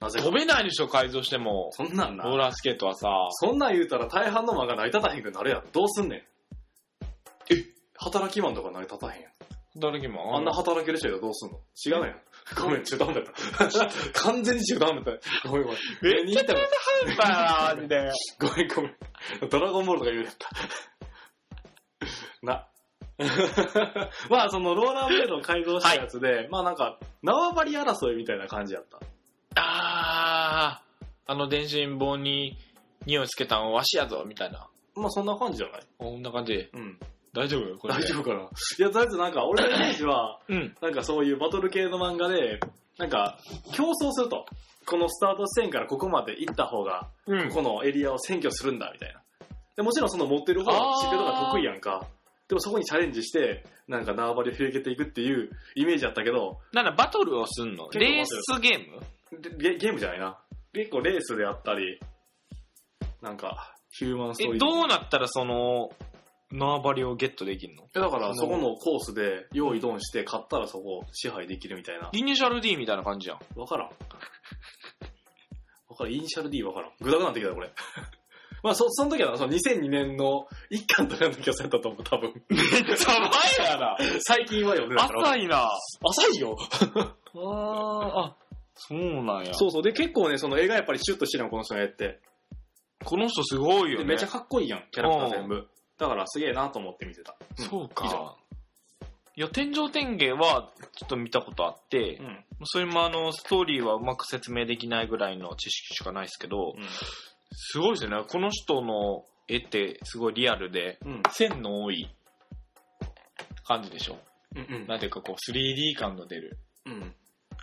[SPEAKER 2] なぜか
[SPEAKER 1] 飛。べないでしょ、改造しても。
[SPEAKER 2] そんなんな
[SPEAKER 1] ロー。ラースケートはさ。
[SPEAKER 2] そんなん言うたら大半の漫画成り立たへんくなるやん。どうすんねん。
[SPEAKER 1] え
[SPEAKER 2] 働きマンとか成り立たへんやん。
[SPEAKER 1] 誰にも。
[SPEAKER 2] あんな働ける人やったらどうすんの違うやん。ごめん、中途半端やった。 完全に中途半端やった。ごめんごめん。
[SPEAKER 1] め
[SPEAKER 2] っちゃ中
[SPEAKER 1] やったなマジで。
[SPEAKER 2] ごめんごめん。ドラゴンボールとか言うやった。 な。まあ、そのローラーブレードを改造したやつで、まあなんか、縄張り争いみたいな感じやった。
[SPEAKER 1] あー、あの電信棒に匂いつけたんわしやぞ、みたいな。
[SPEAKER 2] まあそんな感じじゃない
[SPEAKER 1] こんな感じ。
[SPEAKER 2] うん。
[SPEAKER 1] 大丈夫よ、これ。
[SPEAKER 2] 大丈夫かないや、とりあえずなんか、俺のイメージは、
[SPEAKER 1] うん。
[SPEAKER 2] なんかそういうバトル系の漫画で、なんか、競争すると。このスタート地点からここまで行った方が、
[SPEAKER 1] うん。
[SPEAKER 2] このエリアを占拠するんだ、みたいな。でもちろんその持ってる方が知ってる方が得意やんか。でもそこにチャレンジして、なんか縄張りを広げていくっていうイメージだったけど、
[SPEAKER 1] なんだ、バトルをすんの
[SPEAKER 2] 結構
[SPEAKER 1] レースゲーム
[SPEAKER 2] でゲゲームじゃないな。結構レースであったり、なんか、ヒューマンストーリ
[SPEAKER 1] え、
[SPEAKER 2] ー。
[SPEAKER 1] どうなったらその、縄張りをゲットできるの
[SPEAKER 2] えだから
[SPEAKER 1] そ
[SPEAKER 2] そ
[SPEAKER 1] の
[SPEAKER 2] このコースで用意ドンして買ったらそこを支配できるみたいな。
[SPEAKER 1] イニシャル D みたいな 感じじゃん。
[SPEAKER 2] わからん。わからん。イニシャル D わからん。グダグダなってきた、これ。 まあ、そ、その時はな、その2002年の一巻とかの時はそうやったと思う、多分。
[SPEAKER 1] めっちゃ前やな。
[SPEAKER 2] 最近は読んでないから。
[SPEAKER 1] 浅いな。
[SPEAKER 2] 浅いよ
[SPEAKER 1] あー、あ、そうなんや。
[SPEAKER 2] そうそう。で、結構ね、その映画やっぱりシュッとしてるの、この人の絵って。
[SPEAKER 1] この人すごいよね。
[SPEAKER 2] でめちゃかっこいいやん、キャラクター全部。だからすげえなと思って見てた。
[SPEAKER 1] そう
[SPEAKER 2] 以上
[SPEAKER 1] か。いや、天井天芸は、ちょっと見たことあって、
[SPEAKER 2] うん。うん。
[SPEAKER 1] それもあの、ストーリーはうまく説明できないぐらいの知識しかないですけど、すごいですよね。この人の絵ってすごいリアルで、
[SPEAKER 2] うん。
[SPEAKER 1] 線の多い感じでしょ。
[SPEAKER 2] うん。
[SPEAKER 1] なんていうかこう 3D 感の出る。
[SPEAKER 2] うん。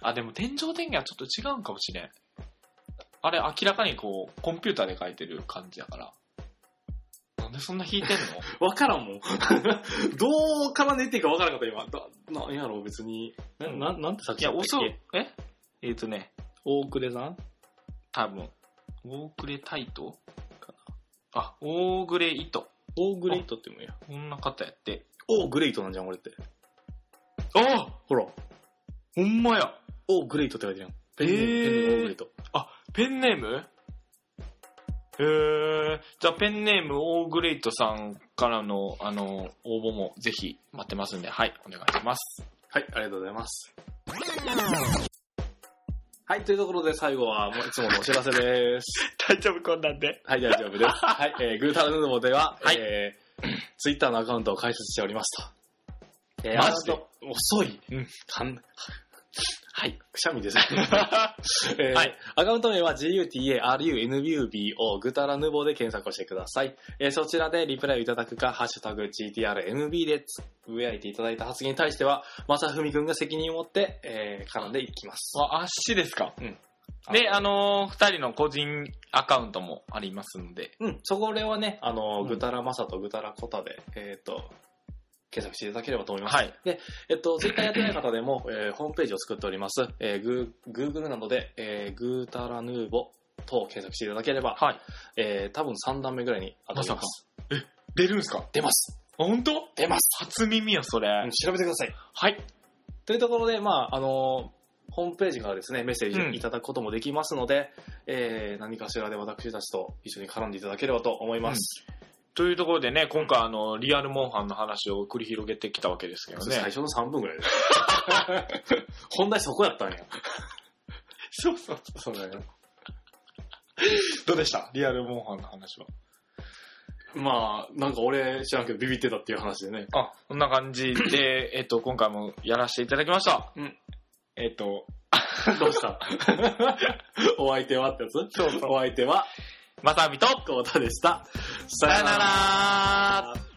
[SPEAKER 1] あ、でも天井天気はちょっと違うんかもしれん。あれ明らかにこう、コンピューターで描いてる感じやから。なんでそんな 弾いてんの
[SPEAKER 2] わからんもん。 どうから寝ていいかわからなかった、今。だなんやろう、別に。な、ななんて作
[SPEAKER 1] い
[SPEAKER 2] 品
[SPEAKER 1] や、
[SPEAKER 2] だっ
[SPEAKER 1] お
[SPEAKER 2] た
[SPEAKER 1] そ
[SPEAKER 2] っけ、
[SPEAKER 1] ええっ、とね、
[SPEAKER 2] 大暮さん
[SPEAKER 1] 多分、大暮タイトかな。あ、大暮糸。
[SPEAKER 2] オーグレイトってもんや。
[SPEAKER 1] こんな方やって。
[SPEAKER 2] オーグレイトなんじゃん、俺って。
[SPEAKER 1] あ
[SPEAKER 2] ほら、
[SPEAKER 1] ほんまや
[SPEAKER 2] オーグレイトって書いてるやん。ペンネー
[SPEAKER 1] えー
[SPEAKER 2] ム、ペンネームオーグレイト。
[SPEAKER 1] ペンネームへえ。じゃあペンネームオーグレイトさんからの、あの、応募もぜひ待ってますんで、はい、お願いします。
[SPEAKER 2] はい、ありがとうございます。はい、というところで最後は、もういつものお知らせです。
[SPEAKER 1] 大丈夫こんなんで。
[SPEAKER 2] はい、大丈 夫です。はい、えー、グータラヌーボでは、
[SPEAKER 1] はい
[SPEAKER 2] えー、ツイッターのアカウントを開設しておりますと。えー
[SPEAKER 1] マジで
[SPEAKER 2] アカウント遅い。
[SPEAKER 1] うん
[SPEAKER 2] かんはい、くしゃみです。えー
[SPEAKER 1] はい
[SPEAKER 2] アカウント名は GUTARUNBUBO ぐたらぬぼで検索をしてください。えーそちらでリプライをいただくか、ハッシュタグ GTRNB でつぶやいていただいた発言に対しては、まさふみくんが責任を持って、えー絡んでいきます。
[SPEAKER 1] あ、あっしですか。
[SPEAKER 2] うん
[SPEAKER 1] で、あのー二人の個人アカウントもありますので、
[SPEAKER 2] うん、そこらはね、あの、
[SPEAKER 1] うん
[SPEAKER 2] ぐたらまさとぐたらこたで、えっ、と、検索していただければと思います。
[SPEAKER 1] はい。
[SPEAKER 2] えっと、ツイッターやってない方でも、えーホームページを作っております。えー、グー、Google などで、えー、ぐーたらぬーぼと検索していただければ、
[SPEAKER 1] はい。
[SPEAKER 2] えー、多分3段目ぐらいに当たりま。
[SPEAKER 1] ます出るんすか
[SPEAKER 2] 出ます。
[SPEAKER 1] あ、ほんと
[SPEAKER 2] 出ます。
[SPEAKER 1] 初耳や、それ。
[SPEAKER 2] うん調べてください。
[SPEAKER 1] はい。
[SPEAKER 2] というところで、まあ、あのーホームページからですね、メッセージをいただくこともできますので、えー、何かしらで私たちと一緒に絡んでいただければと思います。
[SPEAKER 1] というところでね、今回あの、リアルモンハンの話を繰り広げてきたわけですけど
[SPEAKER 2] 最
[SPEAKER 1] ね。
[SPEAKER 2] 初の3分ぐらいです。 本題そこやったんや。
[SPEAKER 1] そうそう。
[SPEAKER 2] そうだよ。
[SPEAKER 1] どうでしたリアルモンハンの話は。
[SPEAKER 2] まあ、なんか俺知らんけどビビってたっていう話で ね。
[SPEAKER 1] あ、こんな感じで、えっと、今回もやらせていただきました。
[SPEAKER 2] うん。
[SPEAKER 1] えっと、
[SPEAKER 2] どうした お相手はってやつ
[SPEAKER 1] そうそう
[SPEAKER 2] お相手は、
[SPEAKER 1] まさみと、
[SPEAKER 2] コータでした。さ
[SPEAKER 1] さよなら